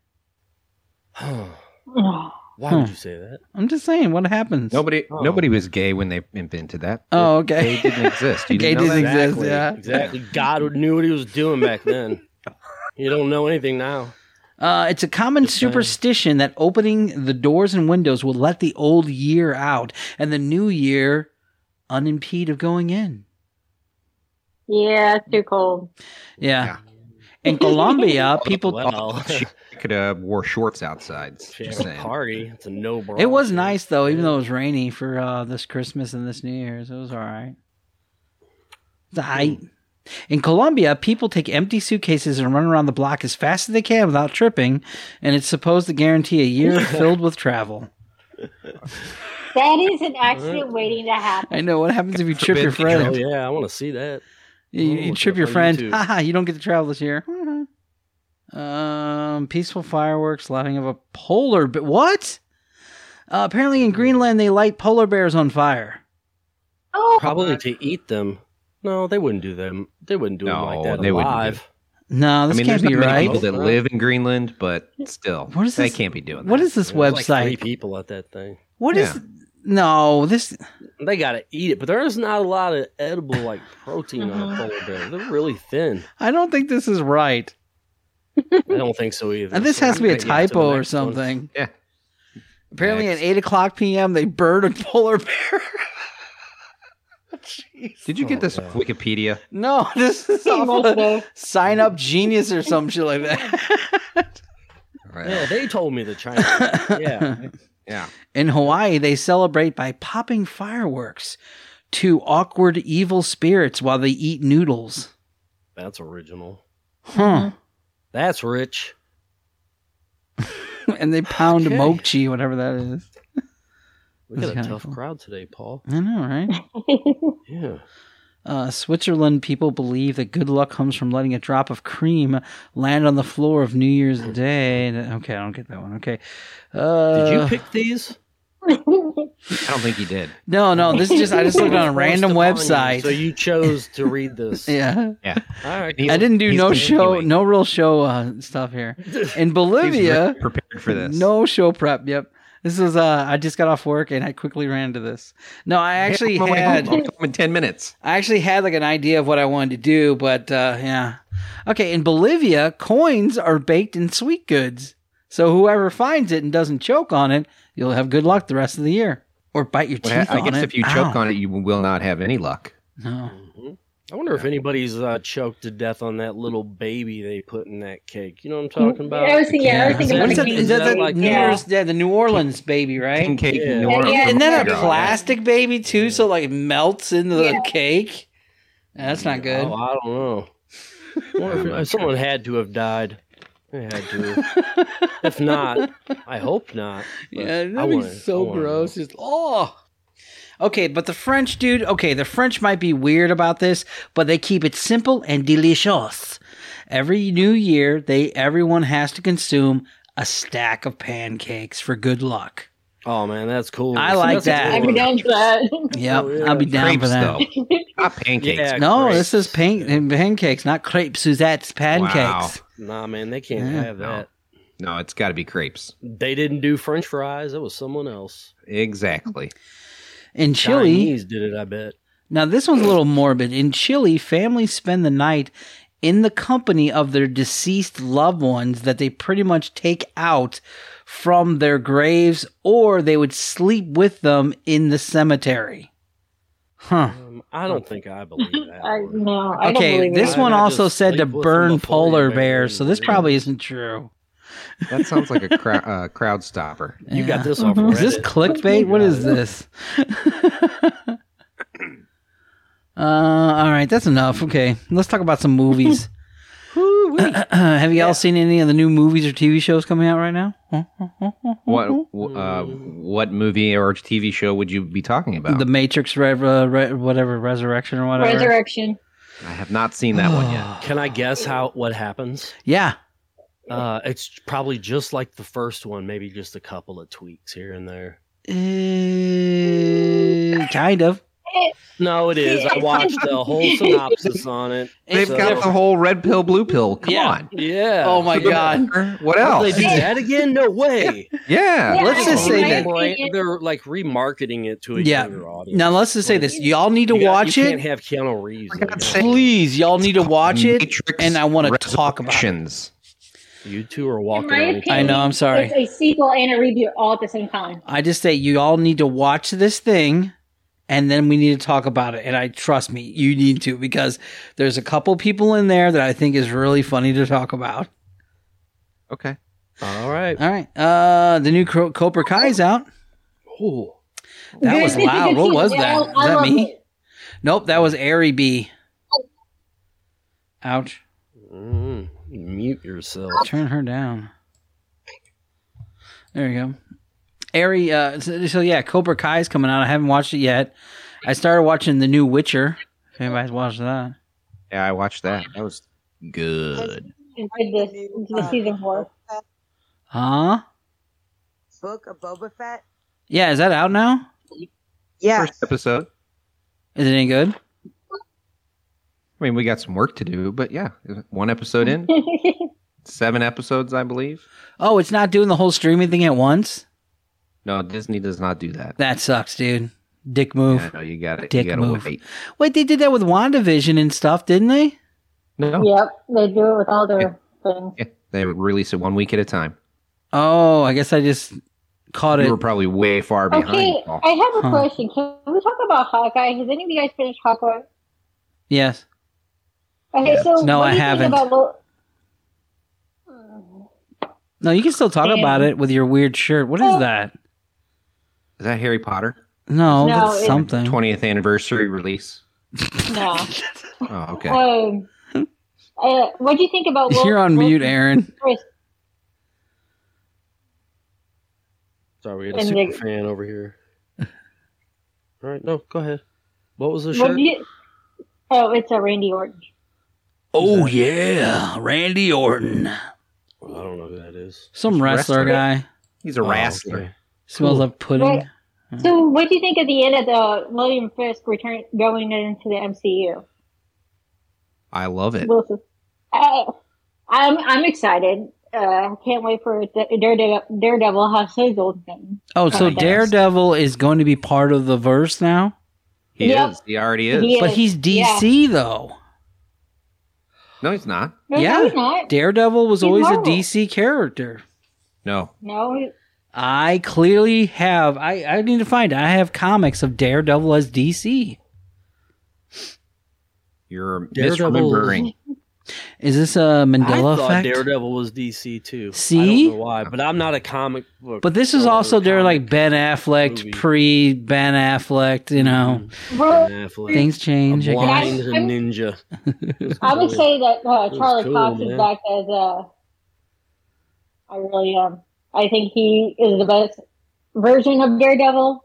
Speaker 11: Why
Speaker 6: Huh.
Speaker 11: would you say that?
Speaker 6: I'm just saying, what happens?
Speaker 5: Nobody
Speaker 11: Oh.
Speaker 5: nobody was gay when they invented that.
Speaker 6: Oh, okay.
Speaker 5: Gay didn't exist. You
Speaker 6: Gay
Speaker 5: didn't know
Speaker 6: didn't
Speaker 5: that?
Speaker 6: exist, yeah.
Speaker 11: Exactly. God knew what he was doing
Speaker 6: *laughs*
Speaker 11: back then. you don't know anything now.
Speaker 6: *laughs* Uh, it's a common superstition that opening the doors and windows will let the old year out and the new year unimpeded of going in.
Speaker 7: *laughs* Yeah, it's too cold.
Speaker 6: Yeah. In
Speaker 5: *laughs*
Speaker 6: Colombia, people. *laughs*
Speaker 11: Well,
Speaker 5: She
Speaker 11: *laughs*
Speaker 5: could have wore shorts outside. Just saying.
Speaker 11: party. It's a no bra.
Speaker 6: It was nice though, even though it was rainy for uh, this Christmas and this New Year's. It was all right. The
Speaker 5: Hmm.
Speaker 6: height. In Colombia, people take empty suitcases and run around the block as fast as they can without tripping, and it's supposed to guarantee a
Speaker 5: *laughs*
Speaker 6: year filled with travel.
Speaker 7: That is an accident waiting to happen.
Speaker 6: I know what happens if you trip your
Speaker 11: Forbid-
Speaker 6: friend.
Speaker 11: Oh, yeah, I want to see that.
Speaker 6: You, you
Speaker 11: Ooh, look
Speaker 6: trip
Speaker 11: it
Speaker 6: your
Speaker 11: up on
Speaker 6: friend.
Speaker 11: YouTube.
Speaker 6: Haha, you don't get to travel this year. *laughs* um, peaceful fireworks, lighting of a polar bear. What? Uh, apparently in Greenland, they light polar bears on fire.
Speaker 11: Probably to eat them. No, they wouldn't do them. They wouldn't do
Speaker 5: No,
Speaker 11: them like that
Speaker 5: they wouldn't do
Speaker 11: alive.
Speaker 6: No,
Speaker 5: I
Speaker 6: this
Speaker 5: mean,
Speaker 6: can't
Speaker 5: there's
Speaker 6: be
Speaker 5: not many
Speaker 6: right.
Speaker 5: people that live in Greenland, but still,
Speaker 6: What is
Speaker 5: they
Speaker 6: this-
Speaker 5: can't be doing that.
Speaker 6: What is this
Speaker 11: There was like three
Speaker 6: website?
Speaker 11: people at that thing.
Speaker 6: What is?
Speaker 5: Yeah.
Speaker 6: No, this.
Speaker 11: They gotta eat it, but there's not a lot of edible like protein on a
Speaker 6: Uh-huh.
Speaker 11: polar bear. They're really thin.
Speaker 6: I don't think this is right.
Speaker 11: I don't think so either.
Speaker 6: And *laughs* this
Speaker 11: So
Speaker 6: has to be a
Speaker 11: maybe after the
Speaker 6: typo or
Speaker 11: next one.
Speaker 6: something.
Speaker 5: Yeah.
Speaker 6: Apparently, at eight o'clock p.m., they burn a *laughs* polar bear.
Speaker 5: Did you get this off Wikipedia?
Speaker 6: No, this
Speaker 5: *laughs*
Speaker 6: is off of sign up genius or some shit like that. *laughs*
Speaker 11: Yeah, they told me the China. yeah,
Speaker 5: Yeah.
Speaker 6: In Hawaii, they celebrate by popping fireworks to awkward evil spirits while they eat noodles.
Speaker 11: that's original.
Speaker 6: Huh.
Speaker 11: That's rich.
Speaker 6: *laughs* and they pound
Speaker 11: Okay.
Speaker 6: mochi, whatever that is.
Speaker 11: We got
Speaker 6: That's
Speaker 11: a
Speaker 6: kinda
Speaker 11: tough
Speaker 6: cool.
Speaker 11: crowd today, Paul.
Speaker 6: I know, right?
Speaker 11: Yeah.
Speaker 6: Uh, Switzerland people believe that good luck comes from letting a drop of cream land on the floor of New Year's Day. Okay, I don't get that one. Okay. Uh,
Speaker 11: Did you pick these?
Speaker 5: I don't think he did.
Speaker 6: No, no. oh, This is just I just looked
Speaker 11: *laughs*
Speaker 6: on a
Speaker 11: Forced
Speaker 6: random
Speaker 11: upon you,
Speaker 6: website.
Speaker 11: so you chose
Speaker 6: *laughs*
Speaker 11: to read this.
Speaker 6: yeah.
Speaker 5: Yeah.
Speaker 11: All right.
Speaker 6: *laughs* I didn't do no show, no real show uh, stuff
Speaker 11: *laughs*
Speaker 6: here. In Bolivia,
Speaker 5: prepared for this.
Speaker 6: no show prep. Yep. This is uh, I just got off work and I quickly ran to this. No, I actually
Speaker 5: I'm on my way
Speaker 6: had.
Speaker 5: home. I'll come in ten minutes.
Speaker 6: I actually had like an idea of what I wanted to do, but uh, yeah. Okay, in Bolivia, coins are baked in sweet goods. So whoever finds it and doesn't choke on it, you'll have good luck the rest of the year. Or bite your
Speaker 5: Well,
Speaker 6: teeth
Speaker 5: I
Speaker 6: on
Speaker 5: guess
Speaker 6: it.
Speaker 5: if you choke on it, you will not have any luck.
Speaker 6: No.
Speaker 11: I wonder if anybody's uh, choked to death on that little baby they put in that cake. You know what I'm
Speaker 6: Mm,
Speaker 11: talking about?
Speaker 7: I was thinking- yeah, I was thinking
Speaker 6: What's
Speaker 7: about
Speaker 6: that?
Speaker 7: the
Speaker 6: Is that the New Year's? Yeah, the New Orleans baby, right?
Speaker 5: King cake in New
Speaker 6: Yeah,
Speaker 5: Orleans.
Speaker 6: Isn't that a
Speaker 5: Yeah.
Speaker 6: plastic baby too? So like it melts into the cake. That's not good.
Speaker 11: Oh, I don't know. I wonder if- if someone had to have died. They had to.
Speaker 6: *laughs*
Speaker 11: have. if not, I hope not. but
Speaker 6: Yeah, that'd
Speaker 11: I
Speaker 6: be
Speaker 11: wanna- I
Speaker 6: so
Speaker 11: wanna-
Speaker 6: gross. Just oh. Okay, but the French dude. Okay, the French might be weird about this, but they keep it simple and delicious. Every new year, they everyone has to consume a stack of pancakes for good luck.
Speaker 11: Oh man, that's cool.
Speaker 6: I like that.
Speaker 12: I'd be
Speaker 6: *laughs*
Speaker 12: down for that.
Speaker 11: Oh,
Speaker 6: Yep, I'll be down for
Speaker 5: Crepes,
Speaker 6: that.
Speaker 5: though. Not pancakes.
Speaker 11: Yeah,
Speaker 6: no,
Speaker 11: crepes.
Speaker 6: this is pan- pancakes, not crepe. Suzette's pancakes.
Speaker 11: Nah, man, they can't
Speaker 6: Yeah.
Speaker 11: have that.
Speaker 5: No, it's got to be crepes.
Speaker 11: They didn't do French fries. That was someone else.
Speaker 5: Exactly.
Speaker 6: In Chile,
Speaker 11: Chinese did it. I bet.
Speaker 6: Now, this one's a little morbid. In Chile, families spend the night in the company of their deceased loved ones that they pretty much take out from their graves, or they would sleep with them in the cemetery. Huh.
Speaker 11: Um, I
Speaker 6: Oh.
Speaker 11: don't think I
Speaker 6: *laughs*
Speaker 11: believe that.
Speaker 12: I, no, I don't
Speaker 6: Okay,
Speaker 12: believe
Speaker 6: this
Speaker 12: it.
Speaker 6: one
Speaker 11: I'd
Speaker 6: also
Speaker 11: just
Speaker 6: said to
Speaker 11: sleep with
Speaker 6: burn
Speaker 11: them before you
Speaker 6: polar
Speaker 11: bury
Speaker 6: bears, so this
Speaker 11: them.
Speaker 6: probably isn't true. *laughs*
Speaker 5: That sounds like a crowd uh, crowd stopper.
Speaker 11: You got
Speaker 6: Yeah.
Speaker 11: this off
Speaker 6: Is this
Speaker 11: Reddit.
Speaker 6: clickbait? What is this? *laughs* uh, all right, that's enough. Okay, let's talk about some movies.
Speaker 11: *laughs*
Speaker 6: *clears throat* Have you all seen any of the new movies or TV shows coming out right now? Huh?
Speaker 5: What
Speaker 6: Mm-hmm.
Speaker 5: uh, what movie or TV show would you be talking about?
Speaker 6: The Matrix, re- uh, re- whatever, Resurrection or whatever.
Speaker 7: Resurrection.
Speaker 5: I have not seen that one yet.
Speaker 6: *gasps*
Speaker 11: Can I guess how what happens?
Speaker 6: yeah.
Speaker 11: Uh, it's probably just like the first one, maybe just a couple of tweaks here and there.
Speaker 6: Uh, kind of.
Speaker 11: No, it is. I watched the whole synopsis
Speaker 6: *laughs*
Speaker 11: on it.
Speaker 5: They've
Speaker 11: so-
Speaker 5: got the whole red pill, blue pill. Come
Speaker 11: Yeah.
Speaker 5: on.
Speaker 11: Yeah.
Speaker 6: Oh my God.
Speaker 5: What
Speaker 11: Did
Speaker 5: else?
Speaker 11: They do that again? No way.
Speaker 5: Yeah.
Speaker 6: Yeah, *laughs* Let's just
Speaker 11: They're
Speaker 6: say
Speaker 11: remar-
Speaker 6: that-
Speaker 11: they're like remarketing it to a
Speaker 6: Yeah.
Speaker 11: younger audience.
Speaker 6: Now let's just say this: y'all need to
Speaker 11: You got-
Speaker 6: watch
Speaker 11: you
Speaker 6: it.
Speaker 11: Can't have Keanu Reeves. in it.
Speaker 6: Please, y'all need to watch it,
Speaker 5: Matrix
Speaker 6: and I want to talk about. it.
Speaker 5: Resurrections.
Speaker 11: You two are
Speaker 7: In
Speaker 11: walking.
Speaker 7: my
Speaker 11: on each
Speaker 7: opinion,
Speaker 6: I know. I'm sorry.
Speaker 7: It's a sequel and a reboot all at the same time.
Speaker 6: I just say you all need to watch this thing and then we need to talk about it. And I trust me, you need to because there's a couple people in there that I think is really funny to talk about.
Speaker 5: Okay.
Speaker 11: All right.
Speaker 6: All right. Uh the new Cro- Cobra Kai's out.
Speaker 11: Ooh.
Speaker 6: That
Speaker 7: *laughs*
Speaker 6: was loud. What was that?
Speaker 7: I
Speaker 6: Was that
Speaker 7: love
Speaker 6: me?
Speaker 7: it.
Speaker 6: Nope, that was Airy B. Ouch.
Speaker 11: Mm, mute yourself.
Speaker 6: Turn her down. There you go. Airy uh so, so yeah, Cobra Kai's coming out. I haven't watched it yet. I started watching the new Witcher. If anybody's watched that.
Speaker 5: Yeah, I watched that. That was good.
Speaker 7: Enjoyed this into the season four.
Speaker 6: Huh?
Speaker 10: Book of Boba Fett.
Speaker 6: Yeah, is that out now?
Speaker 10: Yeah.
Speaker 5: First episode.
Speaker 6: Is it any good?
Speaker 5: I mean, we got some work to do, but yeah, one
Speaker 6: *laughs*
Speaker 5: episode in, seven episodes, I believe.
Speaker 6: Oh, it's not doing the whole streaming thing at once?
Speaker 5: No, Disney does not do that.
Speaker 6: That sucks, dude. Dick move.
Speaker 5: Yeah, no, you got it. You
Speaker 6: Dick
Speaker 5: got to
Speaker 6: move.
Speaker 5: wait.
Speaker 6: Wait, they did that with WandaVision and stuff, didn't they?
Speaker 5: No,
Speaker 7: Yep, they do it with all their things.
Speaker 5: Yeah, they release it one week at a time.
Speaker 6: Oh, I guess I just caught
Speaker 5: We
Speaker 6: it.
Speaker 5: were probably way far behind.
Speaker 7: Okay,
Speaker 5: Paul.
Speaker 7: I have a
Speaker 6: Huh.
Speaker 7: question. Can we talk about Hawkeye? Has any of you guys finished Hawkeye?
Speaker 6: Yes.
Speaker 7: Okay, so
Speaker 6: No,
Speaker 7: what
Speaker 6: I
Speaker 7: do you think
Speaker 6: haven't.
Speaker 7: about Lo-
Speaker 6: No, you can still talk
Speaker 7: Damn.
Speaker 6: about it with your weird shirt. What
Speaker 10: Oh.
Speaker 6: is that?
Speaker 5: Is that Harry Potter?
Speaker 6: No,
Speaker 7: No,
Speaker 6: that's
Speaker 7: it-
Speaker 6: something.
Speaker 5: 20th anniversary release.
Speaker 7: no.
Speaker 5: Oh, okay.
Speaker 6: *laughs*
Speaker 7: Um, uh, what do you think about? Lo-
Speaker 6: You're on
Speaker 7: Lo-
Speaker 6: mute, Aaron.
Speaker 7: Chris?
Speaker 11: Sorry, we got a
Speaker 7: And
Speaker 11: super
Speaker 7: they-
Speaker 11: fan over
Speaker 6: *laughs*
Speaker 11: here. All right, no, go ahead. What was the
Speaker 7: What
Speaker 11: shirt?
Speaker 7: do you- oh, it's a Randy Orton.
Speaker 6: Oh yeah, Randy Orton.
Speaker 11: I don't know who that is.
Speaker 6: Some wrestler,
Speaker 5: Wrestler.
Speaker 6: guy.
Speaker 5: He's a
Speaker 11: Oh,
Speaker 5: wrestler.
Speaker 11: okay.
Speaker 6: Smells
Speaker 11: Cool.
Speaker 6: like pudding.
Speaker 7: So, what do you think at the end of the William Fisk return going into the MCU?
Speaker 5: I love it.
Speaker 7: Wilson, I, Uh, I'm I'm excited. Uh, I can't wait for Da- Daredevil. Daredevil has his old thing.
Speaker 6: Oh, so
Speaker 7: Oh, yes.
Speaker 6: Daredevil is going to be part of the verse now?
Speaker 5: He
Speaker 7: Yep.
Speaker 5: is. He already is.
Speaker 7: He
Speaker 6: But
Speaker 7: is.
Speaker 6: he's DC though.
Speaker 5: No, he's not.
Speaker 7: No, no,
Speaker 6: yeah.
Speaker 7: he's not.
Speaker 6: Daredevil was
Speaker 7: He's
Speaker 6: always
Speaker 7: Marvel.
Speaker 6: a DC character.
Speaker 5: No.
Speaker 7: No, he-
Speaker 6: I clearly have. I, I need to find. I have comics of Daredevil as DC.
Speaker 5: You're
Speaker 11: Daredevil-
Speaker 5: misremembering.
Speaker 6: Is this a
Speaker 11: I
Speaker 6: Mandela
Speaker 11: thought
Speaker 6: effect?
Speaker 11: Daredevil was DC too. I
Speaker 6: See?
Speaker 11: don't know why, but I'm not a comic book.
Speaker 6: but this is
Speaker 11: or
Speaker 6: also they're
Speaker 11: comic
Speaker 6: like Ben Affleck,
Speaker 11: movie.
Speaker 6: pre Ben Affleck. You know,
Speaker 7: well,
Speaker 11: fan athlete.
Speaker 6: things
Speaker 11: Mm-hmm. A
Speaker 6: change. I guess.
Speaker 11: blind
Speaker 7: I'm-
Speaker 11: ninja.
Speaker 7: I would say that uh,
Speaker 11: was
Speaker 7: Charlie
Speaker 11: cool,
Speaker 7: Cox
Speaker 11: man.
Speaker 7: is back as uh, I really am. I think he is the best version of Daredevil,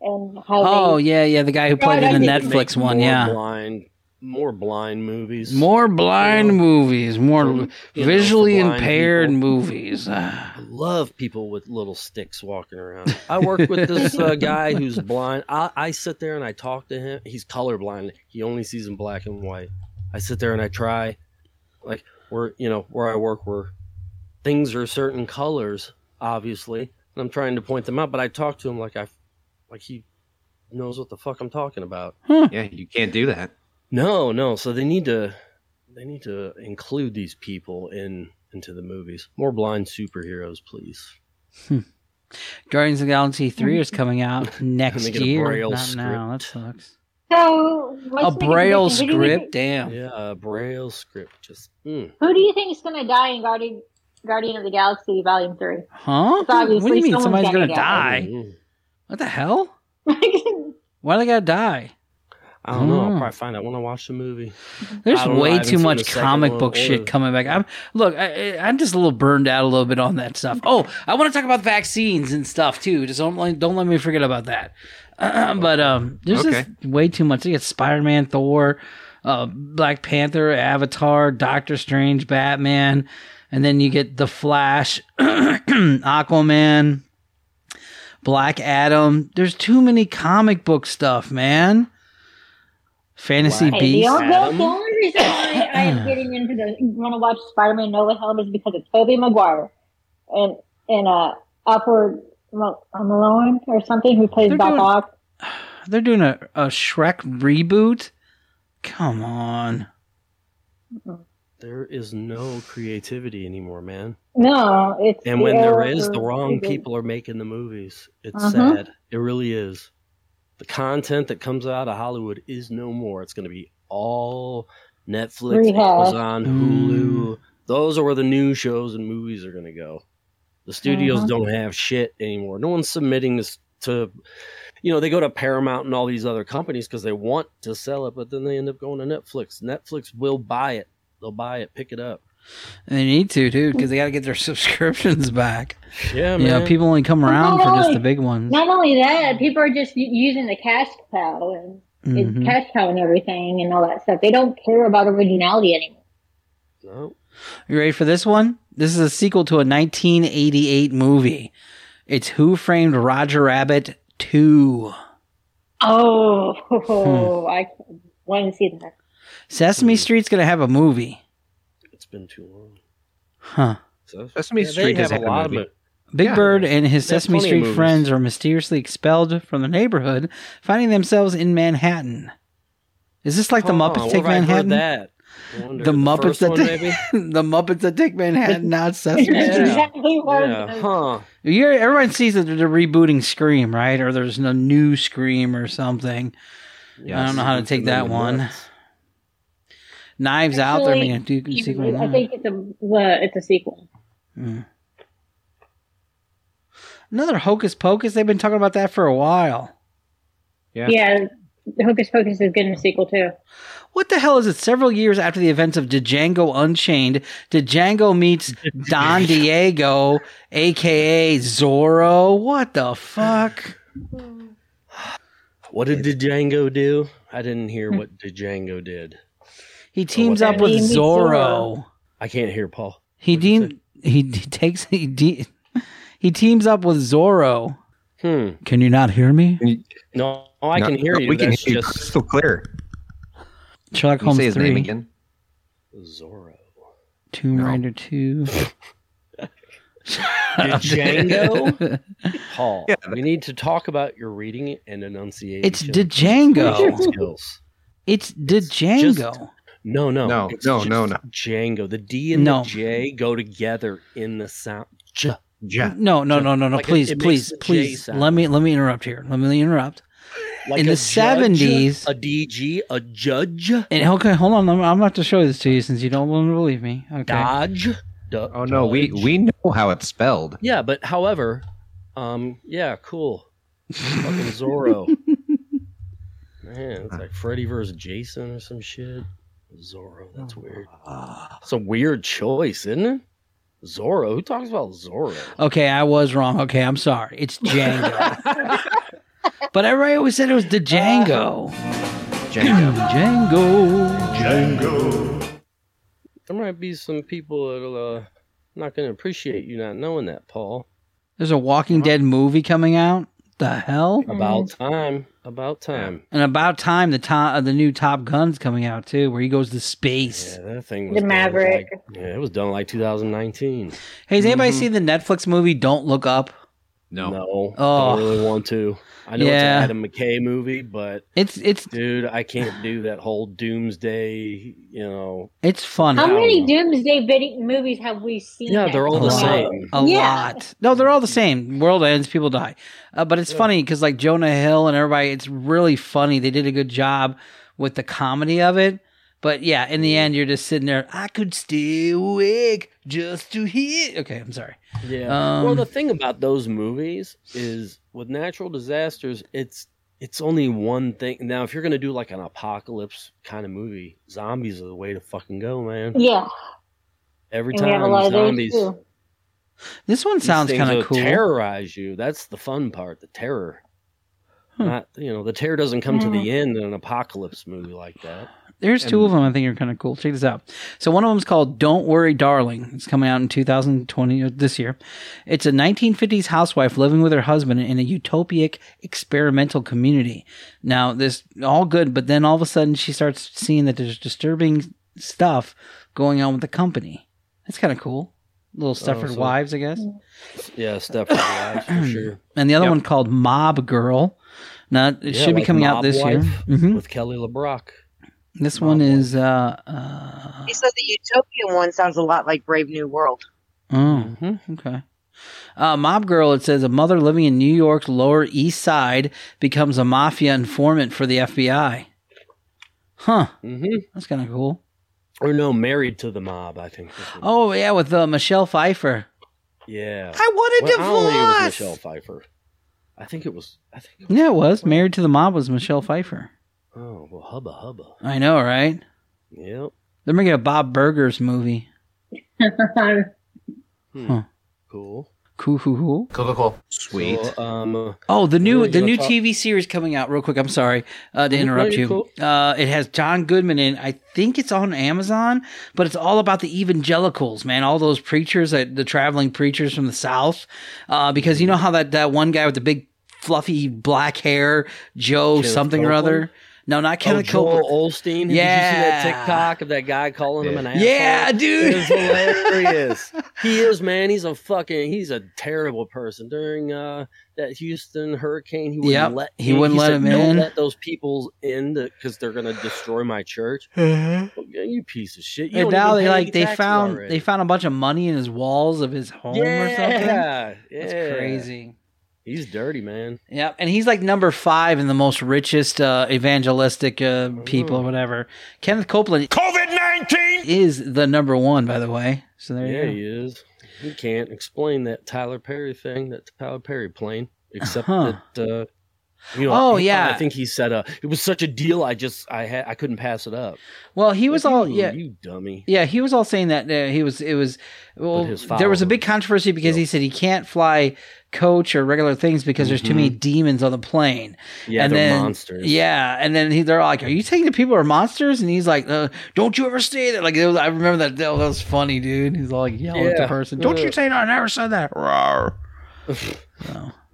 Speaker 7: and how
Speaker 6: Oh
Speaker 7: they,
Speaker 6: yeah, yeah, the guy who
Speaker 7: Yeah,
Speaker 6: played in
Speaker 7: that'd
Speaker 6: the
Speaker 7: be-
Speaker 11: Make
Speaker 6: Netflix one.
Speaker 11: more
Speaker 6: Yeah,
Speaker 11: blind More blind movies.
Speaker 6: More blind
Speaker 11: You know,
Speaker 6: movies, more
Speaker 11: you know, for
Speaker 6: visually
Speaker 11: blind
Speaker 6: impaired
Speaker 11: people.
Speaker 6: movies. Ah.
Speaker 11: I love people with little sticks walking around. *laughs* I work with this *laughs* uh, guy who's blind. I, I sit there and I talk to him. He's colorblind. He only sees in black and white. I sit there and I try, like where you know where I work, where things are certain colors, obviously, and I'm trying to point them out. But I talk to him like I, like he knows what the fuck I'm talking about.
Speaker 5: Yeah, you can't do that.
Speaker 11: No, no. So they need to they need to include these people in into the movies. More blind superheroes, please.
Speaker 6: Guardians of the Galaxy 3 is coming
Speaker 11: *laughs*
Speaker 6: out next
Speaker 11: get a
Speaker 6: year.
Speaker 11: Braille
Speaker 6: Not now. That sucks.
Speaker 7: So what's
Speaker 6: A
Speaker 7: making-
Speaker 6: Braille
Speaker 7: who do you
Speaker 6: script?
Speaker 7: think-
Speaker 6: Damn.
Speaker 11: Yeah, a braille script. Just mm.
Speaker 7: Who do you think is going to die in Guardian Guardian of the Galaxy Volume Three? *laughs*
Speaker 6: Huh?
Speaker 7: It's
Speaker 6: What do
Speaker 7: obviously
Speaker 6: you mean
Speaker 7: someone's
Speaker 6: somebody's
Speaker 7: gotta
Speaker 6: going
Speaker 7: go.
Speaker 6: to die?
Speaker 11: mm.
Speaker 6: What the hell? Why do they got to die?
Speaker 11: I don't know. I'll
Speaker 6: Oh.
Speaker 11: probably find out when I watch the movie. I
Speaker 6: There's
Speaker 11: don't know, I
Speaker 6: way
Speaker 11: haven't
Speaker 6: too
Speaker 11: seen the
Speaker 6: much
Speaker 11: second
Speaker 6: comic
Speaker 11: one
Speaker 6: book
Speaker 11: or
Speaker 6: shit
Speaker 11: the-
Speaker 6: coming back. I'm look, I, I- I'm just a little burned out a little bit on that stuff. Oh, I want to talk about vaccines and stuff too. Just don't let- don't let me forget about that. *clears throat* but um, there's
Speaker 5: Okay.
Speaker 6: just way too much. You get Spider Man, Thor, uh, Black Panther, Avatar, Doctor Strange, Batman, and then you get the Flash, *clears throat* Aquaman, Black Adam. There's too many comic book stuff, man. Fantasy
Speaker 7: Hey, the,
Speaker 6: Beast.
Speaker 7: only, the only reason why I am getting into the want to watch Spider Man No Way Home is because it's Tobey Maguire and and uh Upward Mal- Malone or something who plays
Speaker 6: They're
Speaker 7: Bob
Speaker 6: doing-
Speaker 7: Ock.
Speaker 6: They're doing a, a Shrek reboot? Come on.
Speaker 11: There is no creativity anymore, man.
Speaker 7: No, it's
Speaker 11: And when
Speaker 7: the
Speaker 11: there
Speaker 7: era
Speaker 11: is, the
Speaker 7: of-
Speaker 11: wrong
Speaker 7: is it-
Speaker 11: people are making the movies. It's
Speaker 7: Uh-huh.
Speaker 11: sad. It really is. The content that comes out of Hollywood is no more. It's going to be all Netflix,
Speaker 7: Rehashed.
Speaker 11: Amazon, Hulu. Those are where the new shows and movies are going to go. The studios
Speaker 7: Uh-huh.
Speaker 11: don't have shit anymore. No one's submitting this to, you know, they go to Paramount and all these other companies because they want to sell it, but then they end up going to Netflix. Netflix will buy it. They'll buy it, pick it up.
Speaker 6: They need to, dude, because they got to get their *laughs* subscriptions back.
Speaker 11: Yeah,
Speaker 6: You know,
Speaker 11: man.
Speaker 6: people only come around for just the big ones.
Speaker 7: Not only that, people are just u- using the cash cow and
Speaker 6: Mhm.
Speaker 7: it's cash cow and everything and all that stuff. They don't care about originality anymore.
Speaker 6: You ready for this one? This is a sequel to a 1988 movie. It's Who Framed Roger Rabbit 2.
Speaker 7: Oh, *laughs* I want to see that.
Speaker 11: Hmm.
Speaker 6: Sesame Street's going to have a movie.
Speaker 11: It's been too long.
Speaker 6: Huh.
Speaker 11: So,
Speaker 5: Sesame
Speaker 11: Yeah, they
Speaker 5: Street does
Speaker 11: have
Speaker 5: have
Speaker 11: a
Speaker 5: a
Speaker 11: lot of
Speaker 5: movie.
Speaker 11: it.
Speaker 6: Big Bird and his
Speaker 11: They have
Speaker 6: Sesame
Speaker 11: plenty of
Speaker 6: Street
Speaker 11: movies.
Speaker 6: friends are mysteriously expelled from the neighborhood, finding themselves in Manhattan. Is this like the
Speaker 11: Huh,
Speaker 6: Muppets
Speaker 11: where
Speaker 6: Take
Speaker 11: have I heard
Speaker 6: Manhattan?
Speaker 11: that? I wonder,
Speaker 6: the Muppets
Speaker 11: first
Speaker 6: that
Speaker 11: one,
Speaker 6: take, *laughs*
Speaker 11: maybe?
Speaker 6: the Muppets that take
Speaker 7: *laughs*
Speaker 6: Manhattan, not Sesame
Speaker 11: Yeah.
Speaker 6: Street.
Speaker 7: Exactly what I was
Speaker 11: Yeah, huh.
Speaker 6: You're, everyone sees that they're rebooting Scream, right? Or there's a new Scream or something. I don't know how to take that one. Knives Out, they're
Speaker 7: Actually,
Speaker 6: making a Duke
Speaker 7: you-
Speaker 6: sequel.
Speaker 7: I
Speaker 6: now.
Speaker 7: think it's a uh, it's a sequel.
Speaker 6: Hmm. Another Hocus Pocus. They've been talking about that for a while.
Speaker 7: Yeah. Hocus Pocus is getting a sequel too.
Speaker 6: What the hell is it? Several years after the events of Django Unchained, Django meets *laughs* Don Diego, aka Zorro. What the fuck?
Speaker 11: What did Django do? I didn't hear
Speaker 6: Hmm.
Speaker 11: what Django did.
Speaker 6: He teams
Speaker 11: what
Speaker 6: up with
Speaker 11: that is.
Speaker 6: Zorro.
Speaker 11: I can't hear Paul.
Speaker 6: He de- he d- *laughs* takes he de- he teams up with Zorro.
Speaker 11: Hmm.
Speaker 6: Can you not hear me?
Speaker 11: No, I
Speaker 5: No,
Speaker 11: can hear
Speaker 5: no,
Speaker 11: you.
Speaker 5: We can
Speaker 11: That's
Speaker 5: hear you
Speaker 11: just
Speaker 5: crystal clear.
Speaker 6: Sherlock
Speaker 5: Can you
Speaker 6: Holmes
Speaker 5: say his
Speaker 6: three,
Speaker 5: name again?
Speaker 11: Zorro.
Speaker 6: Tomb Raider *laughs* two.
Speaker 11: Django? Paul, we need to talk about your reading and enunciation.
Speaker 6: It's Django.
Speaker 11: skills.
Speaker 6: *laughs* It's Django.
Speaker 11: No, no,
Speaker 5: No,
Speaker 11: it's
Speaker 5: no, no,
Speaker 11: just Django. The D and
Speaker 6: No.
Speaker 11: the J go together in the sound. J.
Speaker 5: J.
Speaker 6: No, no, no, no, no.
Speaker 11: Like it-
Speaker 6: please,
Speaker 11: it makes
Speaker 6: please,
Speaker 11: the J
Speaker 6: please.
Speaker 11: sound.
Speaker 6: Let me let me interrupt here. Let me interrupt.
Speaker 11: Like
Speaker 6: in
Speaker 11: a
Speaker 6: the
Speaker 11: judge,
Speaker 6: seventies,
Speaker 11: a DG, a judge,
Speaker 6: and okay, hold on. I'm, I'm about to show this to you since you don't want to believe me. Okay.
Speaker 11: dodge. Du-
Speaker 5: Oh no, we we know how it's spelled.
Speaker 11: Yeah, but however, um, yeah, cool.
Speaker 6: *laughs*
Speaker 11: Fucking Zorro. Man, it's like Freddy versus Jason or some shit. Zorro, that's
Speaker 6: Oh.
Speaker 11: weird.
Speaker 6: Ah.
Speaker 11: It's a weird choice, isn't it? Zorro. Who talks about Zorro?
Speaker 6: Okay, I was wrong. Okay, I'm sorry. It's Django. but everybody always said it was Django.
Speaker 5: Django.
Speaker 6: Django.
Speaker 11: Django. There might be some people that'll uh, not going to appreciate you not knowing that, Paul.
Speaker 6: There's a Walking Dead movie coming out. The hell?
Speaker 11: About
Speaker 6: Mm-hmm.
Speaker 11: time. About time.
Speaker 6: And about time the top, the new Top Gun's coming out too, where he goes to space.
Speaker 11: Yeah, that thing
Speaker 7: The
Speaker 11: was done
Speaker 7: Maverick.
Speaker 11: like- yeah, it was done like 2019.
Speaker 6: Hey, has anybody seen the Netflix movie Don't Look Up?
Speaker 11: No,
Speaker 6: Oh.
Speaker 11: don't really want to. I know it's
Speaker 6: Yeah.
Speaker 11: an Adam McKay movie, but
Speaker 6: it's it's
Speaker 11: dude, I can't do that whole doomsday. You know,
Speaker 6: It's funny.
Speaker 7: How many Doomsday video movies have we seen?
Speaker 11: Yeah, they're all the
Speaker 7: Wow.
Speaker 11: same.
Speaker 6: A
Speaker 7: Yeah.
Speaker 6: lot. No, they're all the same. World ends, people die. Uh, but it's funny because like Jonah Hill and everybody, it's really funny. They did a good job with the comedy of it. But yeah, in
Speaker 11: Mm-hmm.
Speaker 6: the end, you're just sitting there. I could stay awake just to hear. Okay, I'm sorry.
Speaker 11: Yeah.
Speaker 6: Um,
Speaker 11: well, the thing about those movies is with natural disasters, it's it's only one thing. Now, if you're gonna do like an apocalypse kind of movie, zombies are the way to fucking go, man.
Speaker 7: Yeah.
Speaker 11: Every
Speaker 7: And we have a lot
Speaker 11: time
Speaker 7: of those, *laughs*
Speaker 11: zombies.
Speaker 7: too.
Speaker 6: This one
Speaker 11: these
Speaker 6: sounds
Speaker 11: things
Speaker 6: kind
Speaker 11: will
Speaker 6: of cool.
Speaker 11: Terrorize you. That's the fun part. The terror. Not you know the terror doesn't come to
Speaker 6: Hmm.
Speaker 11: the end in an apocalypse movie like that.
Speaker 6: There's two of them I think are kind of cool. Check this out. So one of them's called "Don't Worry, Darling." It's coming out in 2020 or uh, this year. It's a 1950s housewife living with her husband in a utopic experimental community. Now this all good, but then all of a sudden she starts seeing that there's disturbing stuff going on with the company. That's kind of cool.
Speaker 11: Oh,
Speaker 6: Little Stepford
Speaker 11: so-
Speaker 6: wives, I guess.
Speaker 11: Yeah, Stepford
Speaker 6: *clears throat*
Speaker 11: Wives for sure.
Speaker 6: And the other one called "Mob Girl." Now it
Speaker 11: Yeah,
Speaker 6: should be
Speaker 11: like
Speaker 6: coming out
Speaker 11: Mob
Speaker 6: this year.
Speaker 11: Wife
Speaker 6: Mhm.
Speaker 11: with Kelly LeBrock.
Speaker 6: This one is uh, uh
Speaker 10: He said the Utopian one sounds a lot like Brave New World.
Speaker 6: Oh, okay. Uh, Mob Girl, it says a mother living in New York's Lower East Side becomes a mafia informant for the FBI. Huh.
Speaker 11: Mm-hmm.
Speaker 6: That's kind of cool.
Speaker 11: Or no, Married to the Mob. I think. is the-
Speaker 6: Oh, yeah, with uh, Michelle Pfifer.
Speaker 11: Yeah.
Speaker 6: Oh, I want a
Speaker 11: I don't think it was
Speaker 6: divorce!
Speaker 11: Michelle Pfeiffer. I think it was. I think.
Speaker 6: Yeah, it was. Married to the Mob was Michelle Pfeiffer.
Speaker 11: Oh well, hubba hubba.
Speaker 6: I know, right?
Speaker 11: Yep.
Speaker 6: They're making a Bob Burgers movie.
Speaker 11: Hmm.
Speaker 6: Huh.
Speaker 11: Cool.
Speaker 6: Cool, cool, cool.
Speaker 11: Cool. Cool.
Speaker 5: Sweet.
Speaker 11: So, um.
Speaker 6: Oh, the new
Speaker 11: we're
Speaker 6: the
Speaker 11: gonna
Speaker 6: new
Speaker 11: talk-
Speaker 6: TV series coming out real quick. I'm sorry uh, to
Speaker 11: No,
Speaker 6: interrupt
Speaker 11: you're
Speaker 6: you. Uh, it has John Goodman in. it. I think it's on Amazon, but it's all about the evangelicals, man. All those preachers, that, the traveling preachers from the South, uh, because you know how that that one guy with the big fluffy black hair, Joe
Speaker 11: Kenneth
Speaker 6: something or other.
Speaker 11: Copeland?
Speaker 6: No, not
Speaker 11: Kevin
Speaker 6: Kenneth
Speaker 11: oh, Joel
Speaker 6: Copeland.
Speaker 11: Olstein. Did you see that
Speaker 6: Yeah.
Speaker 11: TikTok of that guy calling him an asshole?
Speaker 6: Yeah, dude.
Speaker 11: It
Speaker 6: *laughs*
Speaker 11: was hilarious. he is, man. He's a fucking. He's a terrible person. During uh, that Houston hurricane, he wouldn't
Speaker 6: Yep.
Speaker 11: let.
Speaker 6: He wouldn't let
Speaker 11: said,
Speaker 6: him
Speaker 11: "Don't
Speaker 6: in."
Speaker 11: Let those people in because they're gonna destroy
Speaker 6: *laughs*
Speaker 11: my church.
Speaker 6: Mhm.
Speaker 11: Well, yeah, you piece of shit. You
Speaker 6: *laughs* And
Speaker 11: don't
Speaker 6: now
Speaker 11: even
Speaker 6: they
Speaker 11: pay
Speaker 6: like
Speaker 11: any
Speaker 6: they
Speaker 11: taxes
Speaker 6: found
Speaker 11: already.
Speaker 6: they found a bunch of money in his walls of his home or something.
Speaker 11: Yeah,
Speaker 6: That's
Speaker 11: yeah.
Speaker 6: crazy.
Speaker 11: He's dirty, man.
Speaker 6: Yeah, and he's like number five in the most richest uh, evangelistic uh, people,
Speaker 11: Ooh.
Speaker 6: whatever. Kenneth Copeland, COVID nineteen is the number one, by the way. So there
Speaker 11: yeah,
Speaker 6: you
Speaker 11: he is. He can't explain that Tyler Perry thing, that Tyler Perry plane, except
Speaker 6: Huh.
Speaker 11: that. Uh, you know,
Speaker 6: Oh,
Speaker 11: he-
Speaker 6: yeah.
Speaker 11: I think he said, uh, "It was such a deal. I just, I had, I couldn't pass it up."
Speaker 6: go. Well, he was
Speaker 11: Like,
Speaker 6: all
Speaker 11: you,
Speaker 6: yeah,
Speaker 11: you dummy.
Speaker 6: yeah. He was all saying that uh, he was. It was well.
Speaker 11: his
Speaker 6: There was a big controversy because he said he can't fly coach or regular things because there's too many demons on the plane.
Speaker 11: Mm-hmm. Yeah,
Speaker 6: and
Speaker 11: they're
Speaker 6: then,
Speaker 11: monsters.
Speaker 6: Yeah, and then he, they're all like, "Are you saying the people are monsters?" And he's like, uh, "Don't you ever say that?" Like it was, I remember that that was funny, dude. He's all like yelling at the
Speaker 11: Yeah.
Speaker 6: person, "Don't you
Speaker 11: Ugh.
Speaker 6: say no, I never said that." Rawr.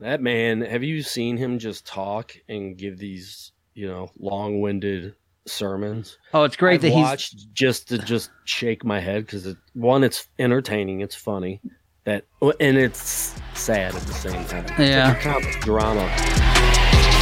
Speaker 11: That man. Have you seen him just talk and give these, you know, long-winded sermons?
Speaker 6: Oh, it's great
Speaker 11: I've
Speaker 6: that he's-
Speaker 11: watched just to just shake my head because it, one, it's entertaining, it's funny, that and it's sad at the same time. It's like
Speaker 6: Yeah.
Speaker 11: a comic drama.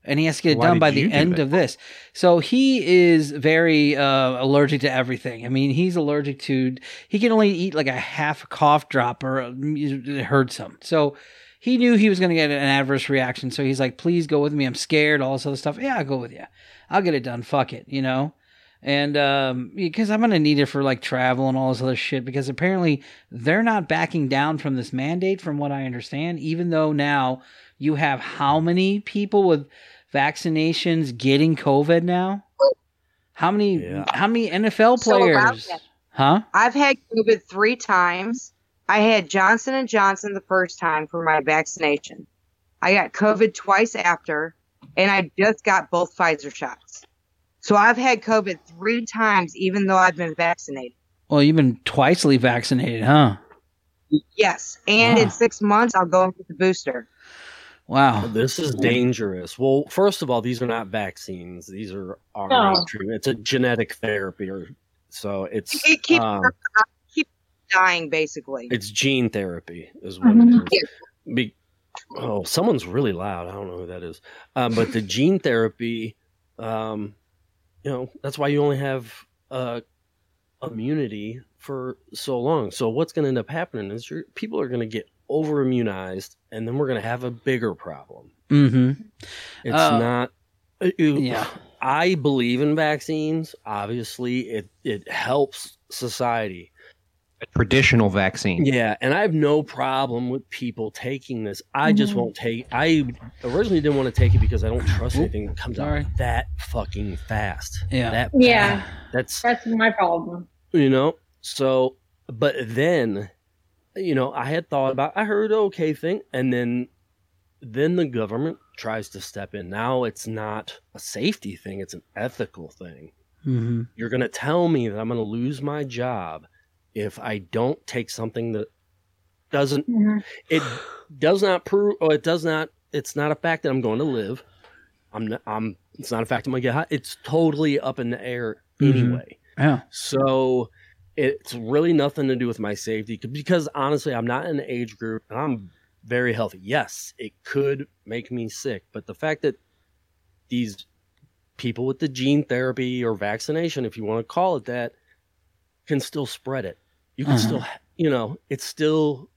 Speaker 6: and he has to get it
Speaker 5: Why
Speaker 6: done
Speaker 5: did
Speaker 6: by
Speaker 5: you
Speaker 6: the
Speaker 5: do
Speaker 6: end
Speaker 5: that?
Speaker 6: of this. So he is very uh, allergic to everything. I mean, he's allergic to. He can only eat like a half a cough drop, or uh, it hurts him. So he knew he was going to get an adverse reaction. So he's like, please go with me. I'm scared, all this other stuff. Yeah, I'll go with you. I'll get it done. Fuck it, you know? And um, because I'm going to need it for like travel and all this other shit, because apparently they're not backing down from this mandate, from what I understand, even though now you have how many people with vaccinations getting COVID now? How many, how many NFL
Speaker 10: So around
Speaker 6: players?
Speaker 10: that.
Speaker 6: huh?
Speaker 10: I've had COVID three times. I had Johnson and Johnson the first time for my vaccination. I got COVID twice after, and I just got both Pfizer shots. So I've had COVID three times, even though I've been vaccinated.
Speaker 6: Well, you've been twicely vaccinated, huh?
Speaker 10: Yes, and
Speaker 6: Wow.
Speaker 10: in six months I'll go and get the booster.
Speaker 6: Wow.
Speaker 11: This is dangerous. Well, first of all, these are not vaccines. These are RNA
Speaker 10: No.
Speaker 11: treatment. It's a genetic therapy, or so it's
Speaker 10: It keeps
Speaker 11: um,
Speaker 10: keep dying basically.
Speaker 11: it's gene therapy is what it
Speaker 10: Mhm.
Speaker 11: is. Be- oh, someone's really loud. I don't know who that is. Um, but the gene therapy, um, you know, that's why you only have uh, immunity for so long. So what's going to end up happening is your people are going to get over immunized, and then we're going to have a bigger problem.
Speaker 6: Mm-hmm.
Speaker 11: It's
Speaker 6: Uh,
Speaker 11: not. uh, you-
Speaker 6: yeah.
Speaker 11: I believe in vaccines. Obviously, it it helps society.
Speaker 5: A traditional vaccine.
Speaker 11: Yeah, and I have no problem with people taking this. I just
Speaker 5: Mhm.
Speaker 11: won't take. I originally didn't want to take it because I don't trust anything that comes
Speaker 5: sorry.
Speaker 11: out that fucking fast.
Speaker 6: Yeah,
Speaker 11: that,
Speaker 7: Yeah.
Speaker 11: That's
Speaker 7: That's my problem.
Speaker 11: you know. So, but then, you know, I had thought about. I heard okay thing, and then, then the government tries to step in. Now it's not a safety thing; it's an ethical thing
Speaker 6: Mm-hmm.
Speaker 11: you're going to tell me that I'm going to lose my job if I don't take something that doesn't
Speaker 12: Mm-hmm.
Speaker 11: it does not prove or it does not it's not a fact that I'm going to live. I'm not, I'm it's not a fact I'm going to get hot. It's totally up in the air
Speaker 6: Mhm.
Speaker 11: anyway.
Speaker 6: Yeah.
Speaker 11: So it's really nothing to do with my safety c- because honestly, I'm not in the age group and I'm very healthy. Yes, it could make me sick, but the fact that these people with the gene therapy or vaccination, if you want to call it that, can still spread it. You can
Speaker 6: Uh-huh.
Speaker 11: still, you know, it's still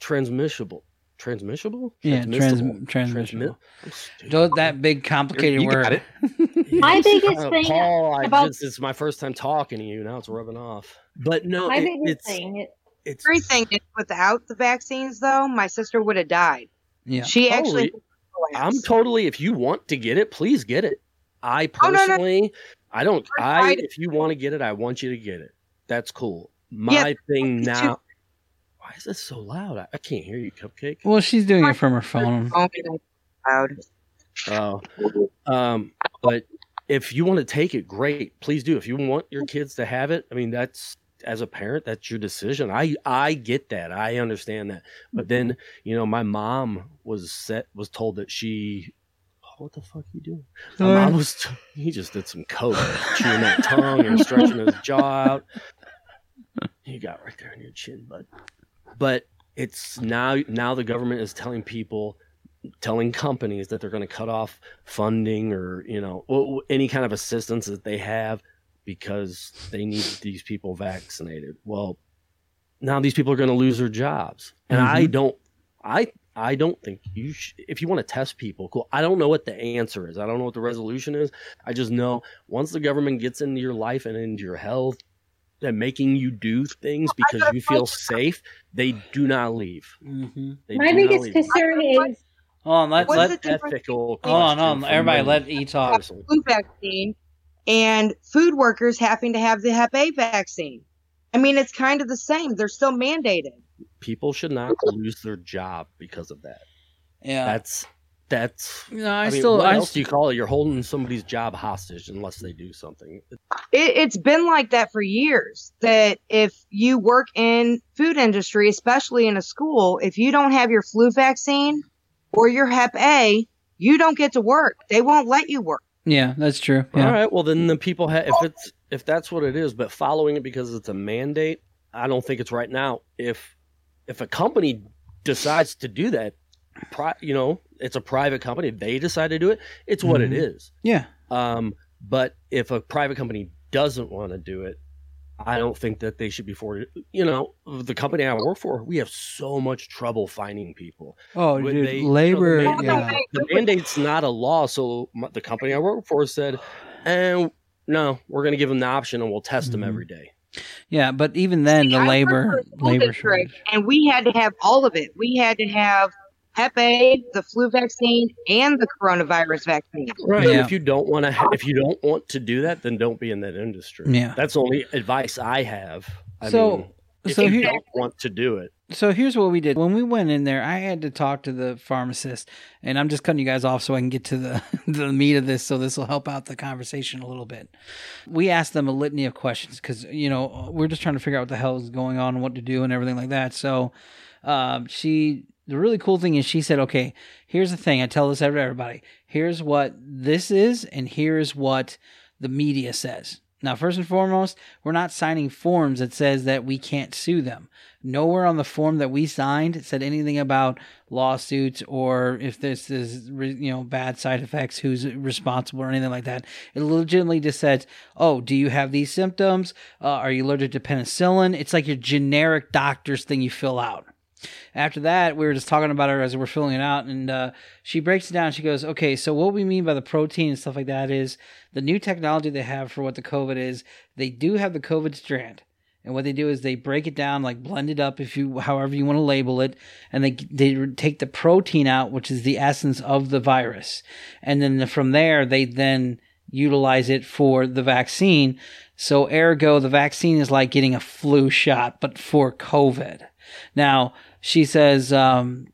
Speaker 11: transmissible. Transmissible?
Speaker 6: Yeah, trans-
Speaker 11: Transmissible.
Speaker 6: transmissible. Tho- that big complicated
Speaker 11: You got
Speaker 6: word.
Speaker 11: it.
Speaker 7: My biggest
Speaker 11: Uh,
Speaker 7: thing
Speaker 11: Paul, I
Speaker 7: about
Speaker 11: just, it's my first time talking to you. Now it's rubbing off. But no,
Speaker 7: my
Speaker 11: it-
Speaker 7: biggest
Speaker 11: it's
Speaker 7: thing
Speaker 10: It's... Three thing is, without the vaccines, though, my sister would have died.
Speaker 11: Yeah.
Speaker 10: She actually-
Speaker 11: I'm totally. If you want to get it, please get it. I
Speaker 7: Oh,
Speaker 11: personally, I don't. I if you want to get it, I want you to get it. That's cool. My
Speaker 6: Yeah.
Speaker 11: thing now. Why is this so loud? I, I can't hear you, Cupcake.
Speaker 6: Well, she's doing it from her phone.
Speaker 10: Loud.
Speaker 11: Oh, um, but if you want to take it, great. Please do. If you want your kids to have it, I mean, that's as a parent, that's your decision. I I get that. I understand that. But then, you know, my mom was set was told that she. "Oh, What the fuck you doing? My
Speaker 1: Sorry.
Speaker 11: mom was. he just did some coke, chewing that tongue and stretching his jaw out. You got right there on your chin, bud. But it's now now the government is telling people telling companies that they're going to cut off funding or you know w- w- any kind of assistance that they have because they need these people vaccinated well now these people are going to lose their jobs and i
Speaker 1: Mhm.
Speaker 11: don't i i don't think you sh- if you want to test people cool i don't know what the answer is i don't know what the resolution is i just know once the government gets into your life and into your health and making you do things because you feel safe they do not leave
Speaker 6: Mm-hmm.
Speaker 11: They
Speaker 7: My
Speaker 11: do not
Speaker 7: biggest
Speaker 11: leave.
Speaker 7: concern is
Speaker 6: Hold on, let,
Speaker 10: What's
Speaker 6: let,
Speaker 10: the
Speaker 6: let
Speaker 10: difference
Speaker 11: ethical.
Speaker 6: Hold on, hold on.
Speaker 11: question for
Speaker 6: Everybody,
Speaker 11: me.
Speaker 6: let E talk.
Speaker 10: flu vaccine and food workers having to have the Hep A vaccine. I mean, it's kind of the same. They're still mandated.
Speaker 11: people should not lose their job because of that.
Speaker 6: Yeah,
Speaker 11: that's that's.
Speaker 6: No, I
Speaker 11: mean,
Speaker 6: still-
Speaker 11: What
Speaker 6: I
Speaker 11: else
Speaker 6: s-
Speaker 11: do you call it? You're holding somebody's job hostage unless they do something.
Speaker 10: It, it's been like that for years. That if you work in food industry, especially in a school, if you don't have your flu vaccine or your Hep A, you don't get to work. They won't let you work.
Speaker 6: Yeah, that's true. Yeah.
Speaker 11: All right. Well, then the people have. If it's if that's what it is, but following it because it's a mandate, I don't think it's right now. If if a company decides to do that, pri- you know, it's a private company. They decide to do it. It's what it
Speaker 6: Mhm.
Speaker 11: is.
Speaker 6: Yeah.
Speaker 11: Um, but if a private company doesn't want to do it, I don't think that they should be for you know the company I work for. We have so much trouble finding people.
Speaker 6: Oh,
Speaker 11: Would
Speaker 6: dude,
Speaker 11: they-
Speaker 6: labor.
Speaker 11: you know, the,
Speaker 6: yeah.
Speaker 11: mandate, the mandate's not a law, so m- the company I work for said, "And no, we're going to give them the option, and we'll test
Speaker 6: Mm-hmm.
Speaker 11: them every day."
Speaker 6: yeah, but even then, the labor, labor. shor-
Speaker 10: district, and we had to have all of it. We had to have Hep A, the flu vaccine, and the coronavirus vaccine.
Speaker 11: Right. If you don't want to, ha- if you don't want to do that, then don't be in that industry.
Speaker 6: Yeah.
Speaker 11: That's the only advice I have. I
Speaker 6: So-
Speaker 11: mean, if
Speaker 6: so
Speaker 11: you
Speaker 6: here-
Speaker 11: don't want to do it,
Speaker 6: So here's what we did. When we went in there, I had to talk to the pharmacist, and I'm just cutting you guys off so I can get to the, *laughs* the meat of this. So this will help out the conversation a little bit. We asked them a litany of questions because, you know, we're just trying to figure out what the hell is going on, what to do, and everything like that. So um, she, the really cool thing is she said, okay, here's the thing. I tell this to everybody. Here's what this is, and here's what the media says. Now, first and foremost, we're not signing forms that says that we can't sue them. Nowhere on the form that we signed said anything about lawsuits or if this is re- you know bad side effects, who's responsible or anything like that. It legitimately just says, "Oh, do you have these symptoms? Uh, are you allergic to penicillin?" It's like your generic doctor's thing you fill out after that, we were just talking about her as we're filling it out, and uh, she breaks it down. She goes, "Okay, so what we mean by the protein and stuff like that is the new technology they have for what the COVID is. They do have the COVID strand, and what they do is they break it down, like blend it up, if you however you want to label it, and they they take the protein out, which is the essence of the virus, and then from there they then." utilize it for the vaccine. So, ergo, the vaccine is like getting a flu shot, but for COVID. Now, she says, um,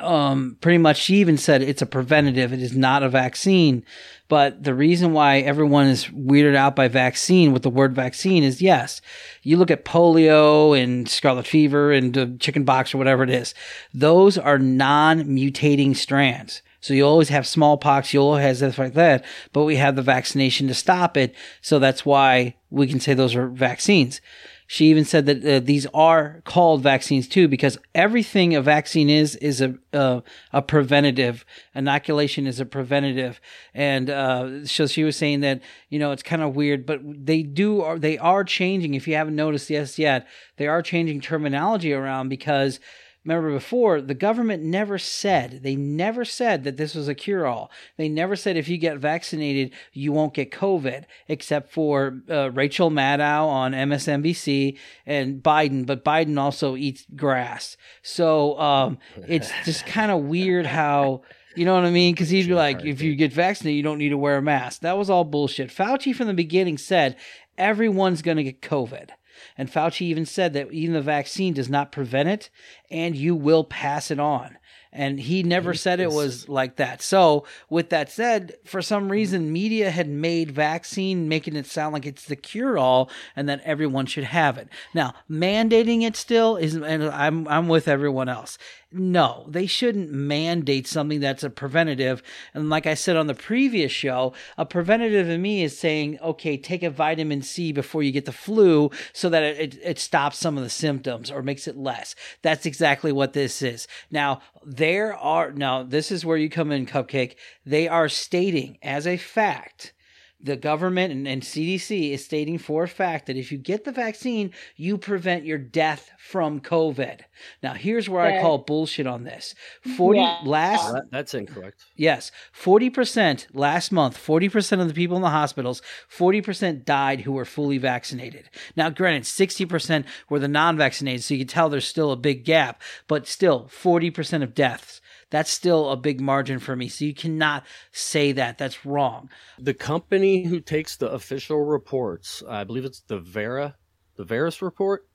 Speaker 6: um, pretty much, she even said it's a preventative, it is not a vaccine. But the reason why everyone is weirded out by vaccine with the word vaccine is yes, you look at polio and scarlet fever and uh, chickenpox or whatever it is, those are non mutating strands. So you always have smallpox, you always have stuff like that, but we have the vaccination to stop it. So that's why we can say those are vaccines. She even said that uh, these are called vaccines too, because everything a vaccine is is a uh, a preventative. Inoculation is a preventative, and uh, so she was saying that you know it's kind of weird, but they do are they are changing. If you haven't noticed, yes, yet they are changing terminology around because Remember before, the government never said, they never said that this was a cure all. They never said if you get vaccinated, you won't get COVID, except for uh, Rachel Maddow on MSNBC and Biden, but Biden also eats grass. So um, it's just kind of weird how. You know what I mean? Because he'd be like, if you get vaccinated, you don't need to wear a mask. That was all bullshit. Fauci from the beginning said everyone's going to get COVID. And Fauci even said that even the vaccine does not prevent it and you will pass it on. And he never said it was like that. So, with that said, for some reason, media had made vaccine making it sound like it's the cure all and that everyone should have it. Now, mandating it still is, and I'm, I'm with everyone else. No, they shouldn't mandate something that's a preventative. And like I said on the previous show, a preventative in me is saying, okay, take a vitamin C before you get the flu so that it, it, it stops some of the symptoms or makes it less. That's exactly what this is. Now, there are, now, this is where you come in, Cupcake. They are stating as a fact the government and, and, CDC is stating for a fact that if you get the vaccine, you prevent your death from COVID. Now, here's where I call bullshit on this. 40
Speaker 11: Yeah.
Speaker 6: last
Speaker 11: That- that's incorrect.
Speaker 6: Yes, 40% last month, 40% of the people in the hospitals, 40% died who were fully vaccinated. Now, granted, 60% were the non vaccinated, so you can tell there's still a big gap, but still 40% of deaths. That's still a big margin for me. So you cannot say that. That's wrong.
Speaker 11: The company who takes the official reports, I believe it's the Vera, the Veris report.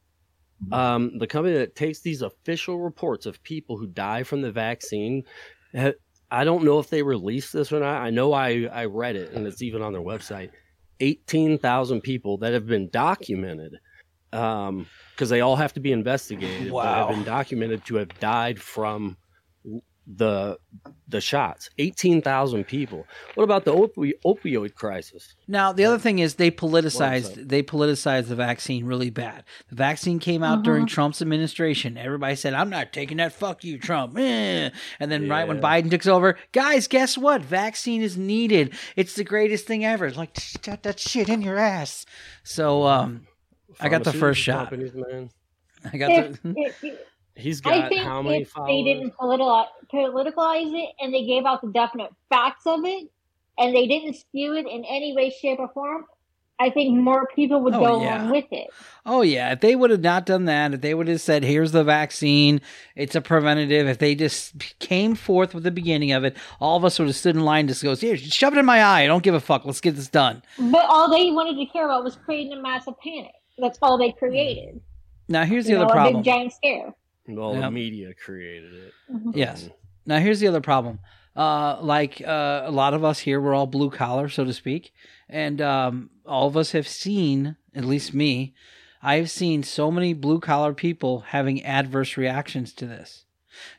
Speaker 11: Um, the company that takes these official reports of people who die from the vaccine, ha- I don't know if they released this or not. I know I, I read it and it's even on their website. 18,000 people that have been documented because they all have to be investigated. but
Speaker 6: Wow.
Speaker 11: Have been documented to have died from the the shots. Eighteen thousand people. What about the opi- opioid crisis?
Speaker 6: Now, the other thing is they politicized
Speaker 11: Website.
Speaker 6: they politicized the vaccine really bad. The vaccine came out during Trump's administration. Everybody said, "I'm not taking that. Fuck you, Trump." Eh. And then right when Biden took over, guys, guess what? Vaccine is needed. It's the greatest thing ever. It's like shut that shit in your ass. So, um, I got the first
Speaker 11: Pharmaceutical
Speaker 6: shot.
Speaker 11: companies, man.
Speaker 6: I got
Speaker 12: If-
Speaker 6: the. *laughs*
Speaker 12: if- if-
Speaker 11: He's
Speaker 12: I
Speaker 11: got
Speaker 12: think
Speaker 11: how many
Speaker 12: if they
Speaker 11: followers?
Speaker 12: didn't politici- politicalize it and they gave out the definite facts of it and they didn't skew it in any way, shape, or form, I think more people would
Speaker 6: Oh,
Speaker 12: go
Speaker 6: yeah.
Speaker 12: along with it.
Speaker 6: Oh yeah, if they would have not done that, if they would have said, "Here's the vaccine, it's a preventative," if they just came forth with the beginning of it, all of us would have stood in line, just goes, "Here, shove it in my eye. I don't give a fuck. Let's get this done."
Speaker 12: But all they wanted to care about was creating a massive panic. That's all they created.
Speaker 6: Now here's the
Speaker 12: You know,
Speaker 6: other
Speaker 12: A
Speaker 6: problem.
Speaker 12: big giant scare.
Speaker 11: Well,
Speaker 6: Yeah.
Speaker 11: the media created it.
Speaker 6: Yes. Now here's the other problem. Uh, like uh, a lot of us here, we're all blue collar, so to speak, and um, all of us have seen, at least me, I've seen so many blue collar people having adverse reactions to this.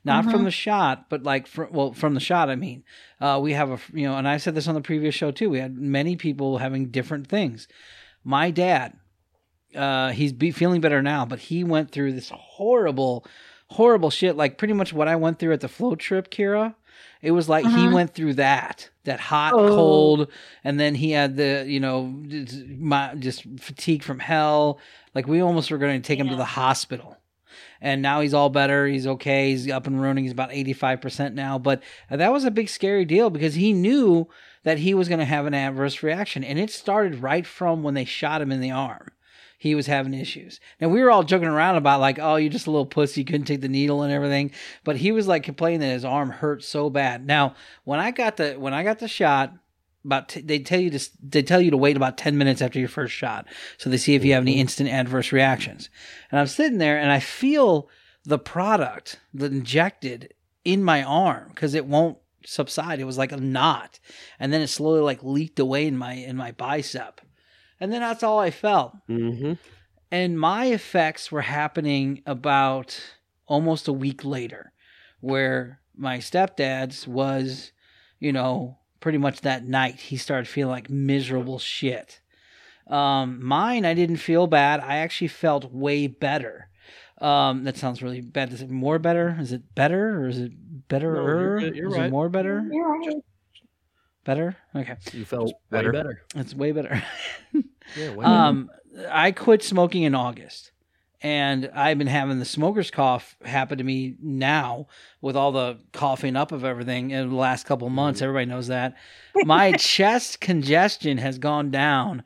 Speaker 6: Not from
Speaker 16: Mhm.
Speaker 6: the shot, but like from well, from the shot. I mean, uh, we have a you know, and I said this on the previous show too. We had many people having different things. My dad, uh, he's be feeling better now, but he went through this horrible, horrible shit. Like pretty much what I went through at the float trip, Kira. It was like he
Speaker 16: Uh-huh.
Speaker 6: went through that, that hot,
Speaker 16: Oh.
Speaker 6: cold, and then he had the, you know, just- my, just fatigue from hell. Like we almost were going to take him to the hospital. And now he's all better. He's okay. He's up and running. He's about 85% now. But that was a big scary deal because he knew that he was going to have an adverse reaction. And it started right from when they shot him in the arm he was having issues. And we were all joking around about like, oh, you're just a little pussy, you couldn't take the needle and everything. But he was like complaining that his arm hurt so bad. Now, when I got the when I got the shot, about t- they tell you to they tell you to wait about ten minutes after your first shot, so they see if you have any instant adverse reactions. And I'm sitting there and I feel the product, the injected in my arm because it won't subside. It was like a knot, and then it slowly like leaked away in my in my bicep and then that's all I felt.
Speaker 11: Mm-hmm.
Speaker 6: And my effects were happening about almost a week later, where my stepdad's was, you know, pretty much that night he started feeling like miserable shit. Um, mine, I didn't feel bad. I actually felt way better. Um, that sounds really bad. Is it more better? Is it better or is it better?
Speaker 11: No, you're good. You're
Speaker 6: is it
Speaker 11: right. Mm-hmm.
Speaker 6: more better?
Speaker 12: You're right.
Speaker 6: Better? Okay.
Speaker 11: You felt
Speaker 6: better. *laughs*
Speaker 11: way better.
Speaker 6: It's way better.
Speaker 11: Yeah, way better.
Speaker 6: um, I quit smoking in August, and I've been having the smoker's cough happen to me now with all the coughing up of everything in the last couple of months. Everybody knows that. My chest congestion has gone down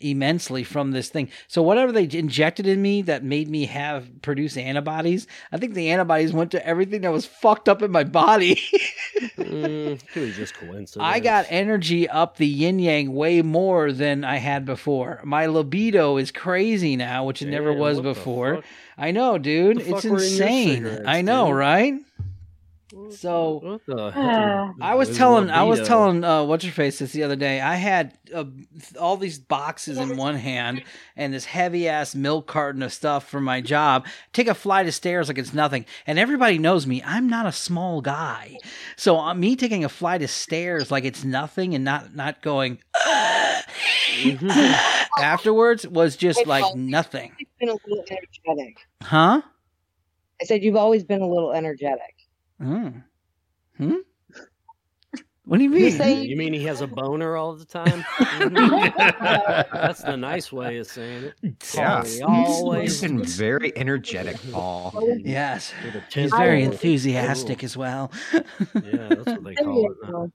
Speaker 6: immensely from this thing. So whatever they injected in me that made me have produce antibodies, I think the antibodies went to everything that was fucked up in my body. *laughs*
Speaker 11: Mm, it was just coincidence.
Speaker 6: I got energy up the yin yang way more than I had before. My libido is crazy now, which it never
Speaker 11: Damn,
Speaker 6: was
Speaker 11: what the
Speaker 6: before. I know, dude.
Speaker 11: The
Speaker 6: It's
Speaker 11: fuck were in your
Speaker 6: insane.
Speaker 11: cigarettes,
Speaker 6: I know,
Speaker 11: dude?
Speaker 6: right? So
Speaker 12: *sighs*
Speaker 11: What the hell?
Speaker 6: I was
Speaker 11: There's
Speaker 6: telling I was
Speaker 11: libido.
Speaker 6: telling uh, what's your face this the other day. I had uh, th- all these boxes in one hand and this heavy ass milk carton of stuff from my job. Take a flight of stairs like it's nothing. And everybody knows me. I'm not a small guy, so uh, me taking a flight of stairs like it's nothing and not not going
Speaker 10: *laughs*
Speaker 11: Mm-hmm.
Speaker 12: *laughs*
Speaker 6: afterwards was just
Speaker 10: It's
Speaker 6: like
Speaker 10: all-
Speaker 6: nothing,
Speaker 10: You've been a little energetic.
Speaker 6: huh?
Speaker 10: I said you've always been a little energetic.
Speaker 6: Mm. Hmm. What do you
Speaker 11: You,
Speaker 6: mean?
Speaker 11: mean he has a boner all
Speaker 6: *laughs*
Speaker 11: the time? Mhm. That's the nice way of saying it.
Speaker 5: Yeah.
Speaker 11: He
Speaker 5: He's
Speaker 11: always
Speaker 5: been very energetic, Paul.
Speaker 6: Yes.
Speaker 11: With a
Speaker 6: He's
Speaker 11: tin
Speaker 6: very
Speaker 11: foil.
Speaker 6: enthusiastic as well.
Speaker 11: yeah, that's what they call it.
Speaker 12: *laughs*
Speaker 11: now.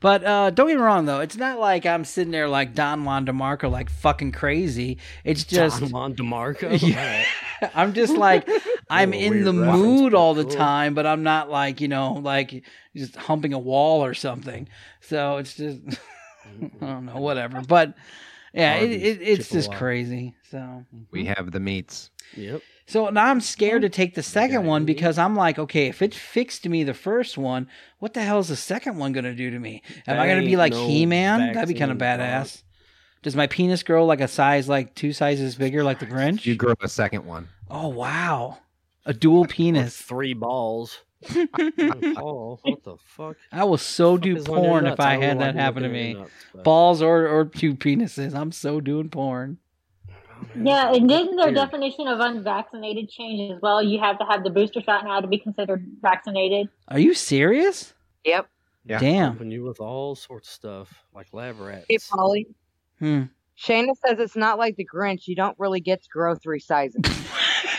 Speaker 6: But uh, don't get me wrong, though. It's not like I'm sitting there like Don Juan DeMarco, like fucking crazy. It's just
Speaker 11: Don Juan DeMarco.
Speaker 6: *laughs* Yeah. *laughs* I'm just
Speaker 11: *laughs*
Speaker 6: like I'm in the mood all the time, but I'm not like you know like just humping a wall or something. So it's just *laughs* I don't know, whatever. But yeah, it,
Speaker 5: Arby's
Speaker 6: it, it's just
Speaker 5: Chippewa.
Speaker 6: crazy. So
Speaker 5: We have the meats.
Speaker 11: Yep.
Speaker 6: so now I'm scared to take the second one because I'm like, okay, if it fixed me the first one, what the hell is the second one gonna do to me? Am I
Speaker 11: There
Speaker 6: gonna be
Speaker 11: ain't
Speaker 6: like
Speaker 11: no
Speaker 6: He-Man? That'd be kind of
Speaker 11: vaccine,
Speaker 6: badass. Does my penis grow like a size, like two sizes bigger, like the Grinch?
Speaker 5: You grow a second one. *laughs*
Speaker 6: Oh wow, a dual penis.
Speaker 11: Three balls. Paul, what the fuck?
Speaker 6: I will so
Speaker 11: fuck
Speaker 6: do
Speaker 11: is on your
Speaker 6: porn
Speaker 11: nuts?
Speaker 6: if I
Speaker 11: I don't
Speaker 6: had
Speaker 11: know why
Speaker 6: that
Speaker 11: you're
Speaker 6: happen to
Speaker 11: looking at
Speaker 6: me.
Speaker 11: your nuts, but-
Speaker 6: Balls or or two penises. I'm so doing porn.
Speaker 7: Yeah, and didn't their
Speaker 6: Weird.
Speaker 7: definition of unvaccinated change as well? You have to have the booster shot now to be considered vaccinated.
Speaker 6: Are you serious?
Speaker 10: Yep.
Speaker 5: Yeah.
Speaker 6: Damn.
Speaker 11: Pumping you with all sorts of stuff, like lab rats.
Speaker 10: Hey, Polly.
Speaker 6: Hmm.
Speaker 10: Shana says it's not like the Grinch. You don't really get to grow three sizes.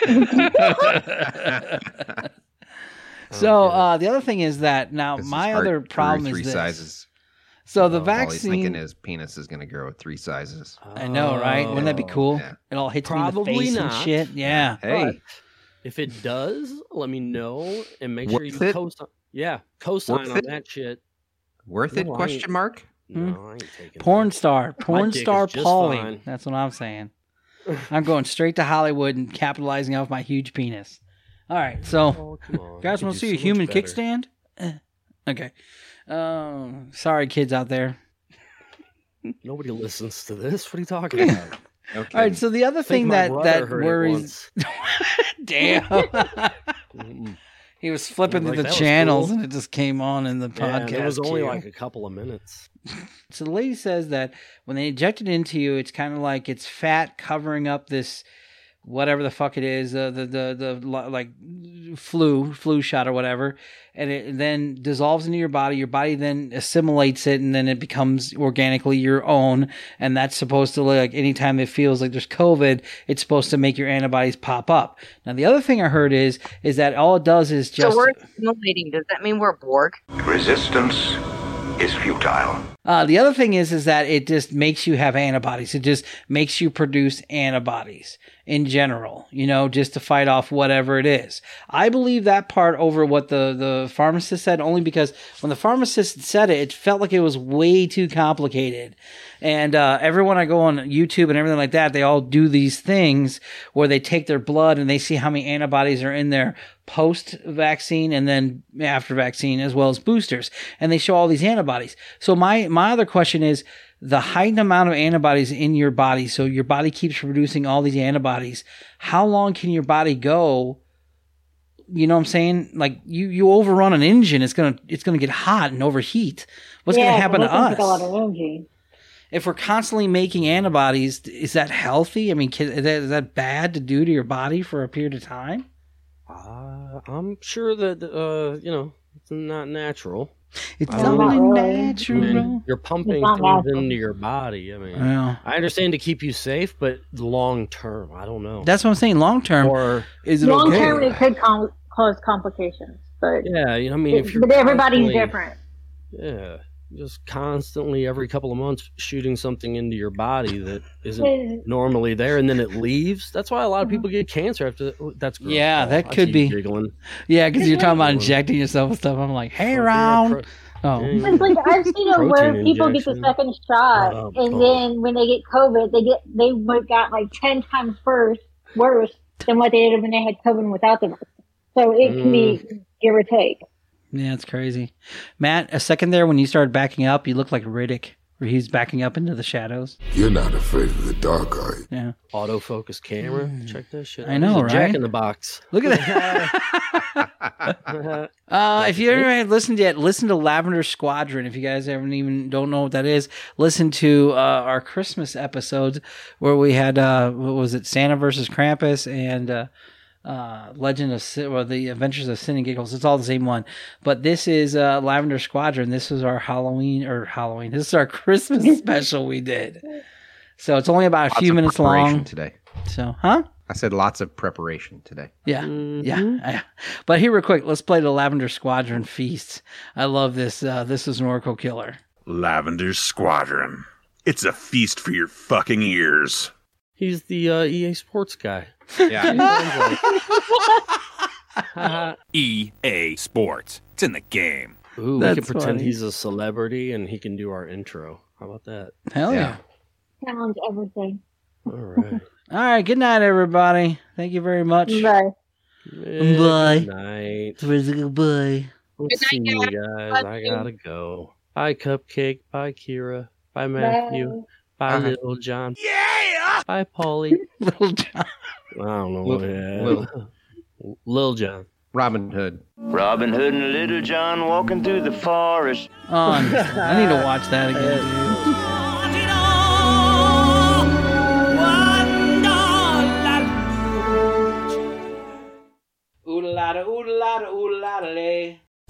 Speaker 11: Oh,
Speaker 6: So uh, the other thing is that now Uh, my
Speaker 5: Heart
Speaker 6: other
Speaker 5: grew
Speaker 6: problem is
Speaker 5: three
Speaker 6: this.
Speaker 5: sizes.
Speaker 6: So the
Speaker 5: All he's thinking
Speaker 6: vaccine.
Speaker 5: is penis is going to grow three sizes.
Speaker 6: I know, right? Wouldn't
Speaker 5: Oh,
Speaker 11: Oh.
Speaker 6: that be cool? It all hits me
Speaker 11: Probably
Speaker 6: in the face and
Speaker 11: not.
Speaker 6: shit. Yeah.
Speaker 5: Hey,
Speaker 11: If it does, let me know and make sure
Speaker 5: Worth
Speaker 11: you
Speaker 5: it?
Speaker 11: co-sign. Yeah, co-sign
Speaker 5: Worth
Speaker 11: on
Speaker 5: it?
Speaker 11: that shit.
Speaker 5: worth it?
Speaker 11: No, I ain't-
Speaker 5: Question mark?
Speaker 11: No, I ain't taking
Speaker 6: Hmm? Porn
Speaker 11: *laughs*
Speaker 6: star, porn
Speaker 11: dick is
Speaker 6: star
Speaker 11: just
Speaker 6: Paulie.
Speaker 11: fine.
Speaker 6: That's what I'm saying. I'm going straight to Hollywood and capitalizing off my huge penis. All right, so guys
Speaker 11: come on. You
Speaker 6: want to
Speaker 11: could do
Speaker 6: see a
Speaker 11: so much
Speaker 6: human
Speaker 11: better.
Speaker 6: kickstand? Eh, Okay. Um, sorry, kids out there.
Speaker 11: Nobody *laughs* listens to this. What are you talking about?
Speaker 6: All right, so the other
Speaker 11: I think
Speaker 6: thing
Speaker 11: my
Speaker 6: that
Speaker 11: brother
Speaker 6: that
Speaker 11: heard it
Speaker 6: worries. *laughs*
Speaker 11: *laughs*
Speaker 6: Damn. he was flipping
Speaker 11: Like,
Speaker 6: through the
Speaker 11: that was
Speaker 6: channels
Speaker 11: cool.
Speaker 6: and it just came on in the
Speaker 11: Yeah, and
Speaker 6: podcast.
Speaker 11: it was only
Speaker 6: queue.
Speaker 11: like a couple of minutes.
Speaker 6: So the lady says that when they inject it into you, it's kind of like it's fat covering up this whatever the fuck it is, uh, the the the lo- like flu flu shot or whatever, and it then dissolves into your body. Your body then assimilates it, and then it becomes organically your own. And that's supposed to like anytime it feels like there's COVID, it's supposed to make your antibodies pop up. Now the other thing I heard is is that all it does is just
Speaker 10: so we're assimilating. Does that mean we're Borg?
Speaker 16: Resistance is futile.
Speaker 6: Uh, the other thing is, is that it just makes you have antibodies. It just makes you produce antibodies in general, you know, just to fight off whatever it is. I believe that part over what the, the pharmacist said, only because when the pharmacist said it, it felt like it was way too complicated. And uh, everyone I go on YouTube and everything like that, they all do these things where they take their blood and they see how many antibodies are in there post vaccine and then after vaccine as well as boosters and they show all these antibodies so my my other question is the heightened amount of antibodies in your body so your body keeps producing all these antibodies how long can your body go you know what i'm saying like you you overrun an engine it's gonna it's gonna get hot and overheat what's
Speaker 7: Yeah,
Speaker 6: gonna happen to
Speaker 7: that seems like
Speaker 6: us
Speaker 7: a lot of energy.
Speaker 6: if we're constantly making antibodies is that healthy i mean can, is, that, is that bad to do to your body for a period of time
Speaker 11: Uh, I'm sure that uh, you know it's not natural,
Speaker 6: It's
Speaker 11: I don't
Speaker 6: only
Speaker 11: know.
Speaker 6: natural.
Speaker 11: I mean, you're pumping
Speaker 6: Mm-hmm. It's not
Speaker 11: things
Speaker 6: natural. Uh,
Speaker 11: into your body. I mean,
Speaker 6: Yeah.
Speaker 11: I understand to keep you safe, but long term, I don't know.
Speaker 6: That's what I'm saying. Long term, is it
Speaker 7: Long
Speaker 6: okay?
Speaker 7: term, it could com- cause complications, but
Speaker 11: yeah, you know, I mean, if you're
Speaker 7: but everybody's
Speaker 11: constantly-
Speaker 7: different.
Speaker 11: Yeah, just constantly every couple of months shooting something into your body that
Speaker 7: Is-
Speaker 11: isn't normally there, and then it leaves. That's why a lot of people get cancer after. That. That's gross.
Speaker 6: Uh-huh. Yeah,
Speaker 11: Oh,
Speaker 6: that
Speaker 11: I
Speaker 6: could be.
Speaker 11: keep giggling.
Speaker 6: Yeah, because you're talking about injecting yourself and stuff. I'm like, hey, round. Oh, *laughs*
Speaker 7: It's like I've seen it where
Speaker 6: Protein
Speaker 7: people get the
Speaker 6: injection.
Speaker 7: second shot,
Speaker 6: Oh,
Speaker 7: and
Speaker 6: boy.
Speaker 7: then when they get COVID, they get they would got like ten times first worse than what they did when they had COVID without the vaccine. So it can
Speaker 6: Mm.
Speaker 7: be give or take.
Speaker 6: yeah, it's crazy. Matt, a second there when you started backing up, you looked like Riddick, where he's backing up into the shadows.
Speaker 17: You're not afraid of the dark, are you?
Speaker 6: Yeah.
Speaker 11: Autofocus camera. Check that shit.
Speaker 6: I
Speaker 11: out.
Speaker 6: know,
Speaker 11: There's a Jack
Speaker 6: right?
Speaker 11: in
Speaker 6: *laughs*
Speaker 11: the box. *laughs*
Speaker 6: Look at
Speaker 11: that.
Speaker 6: Uh, if you haven't listened yet, listen to Lavender Squadron. If you guys haven't even don't know what that is, listen to uh, our Christmas episodes where we had uh, what was it, Santa versus Krampus and uh, uh, Legend of Sin, or the Adventures of Sin and Giggles. It's all the same one, but this is uh, Lavender Squadron. This is our Halloween or Halloween. *laughs* This is our Christmas special we did. So it's only about a
Speaker 5: Lots
Speaker 6: few
Speaker 5: of
Speaker 6: minutes
Speaker 5: preparation
Speaker 6: long.
Speaker 5: today.
Speaker 6: So, huh?
Speaker 5: I said lots of preparation today.
Speaker 6: Yeah,
Speaker 18: Mm-hmm.
Speaker 6: yeah, yeah. But here, real quick, let's play the Lavender Squadron Feast. I love this. Uh, this is an Oracle killer.
Speaker 18: Lavender Squadron. It's a feast for your fucking ears.
Speaker 11: He's the uh, EA Sports guy.
Speaker 6: Uh-huh.
Speaker 18: EA Sports. It's in the game.
Speaker 11: Ooh, *laughs* we
Speaker 18: That's
Speaker 11: can pretend
Speaker 18: funny.
Speaker 11: he's a celebrity and he can do our intro. How about that?
Speaker 6: Hell yeah.
Speaker 7: Challenge everything.
Speaker 11: All right.
Speaker 6: All right. Good night, everybody. Thank you very much.
Speaker 7: Bye.
Speaker 6: *laughs* Bye.
Speaker 11: Good night.
Speaker 6: Goodbye.
Speaker 11: We'll
Speaker 6: Good night,
Speaker 11: see you guys.
Speaker 6: Love
Speaker 11: I
Speaker 6: you.
Speaker 11: gotta go. Bye, Cupcake. Bye, Kira. Bye, Matthew. Bye,
Speaker 6: Uh-huh.
Speaker 5: Bye.
Speaker 11: Little John. Yeah. Bye, Polly.
Speaker 6: *laughs* Little John.
Speaker 11: I don't know.
Speaker 5: Lil-
Speaker 11: what
Speaker 5: Lil-
Speaker 11: Lil, *laughs* Lil John.
Speaker 5: Robin Hood.
Speaker 19: Robin Hood and Little John walking through the forest.
Speaker 6: Oh, I'm- I need to watch that
Speaker 11: *laughs*
Speaker 6: again. dude.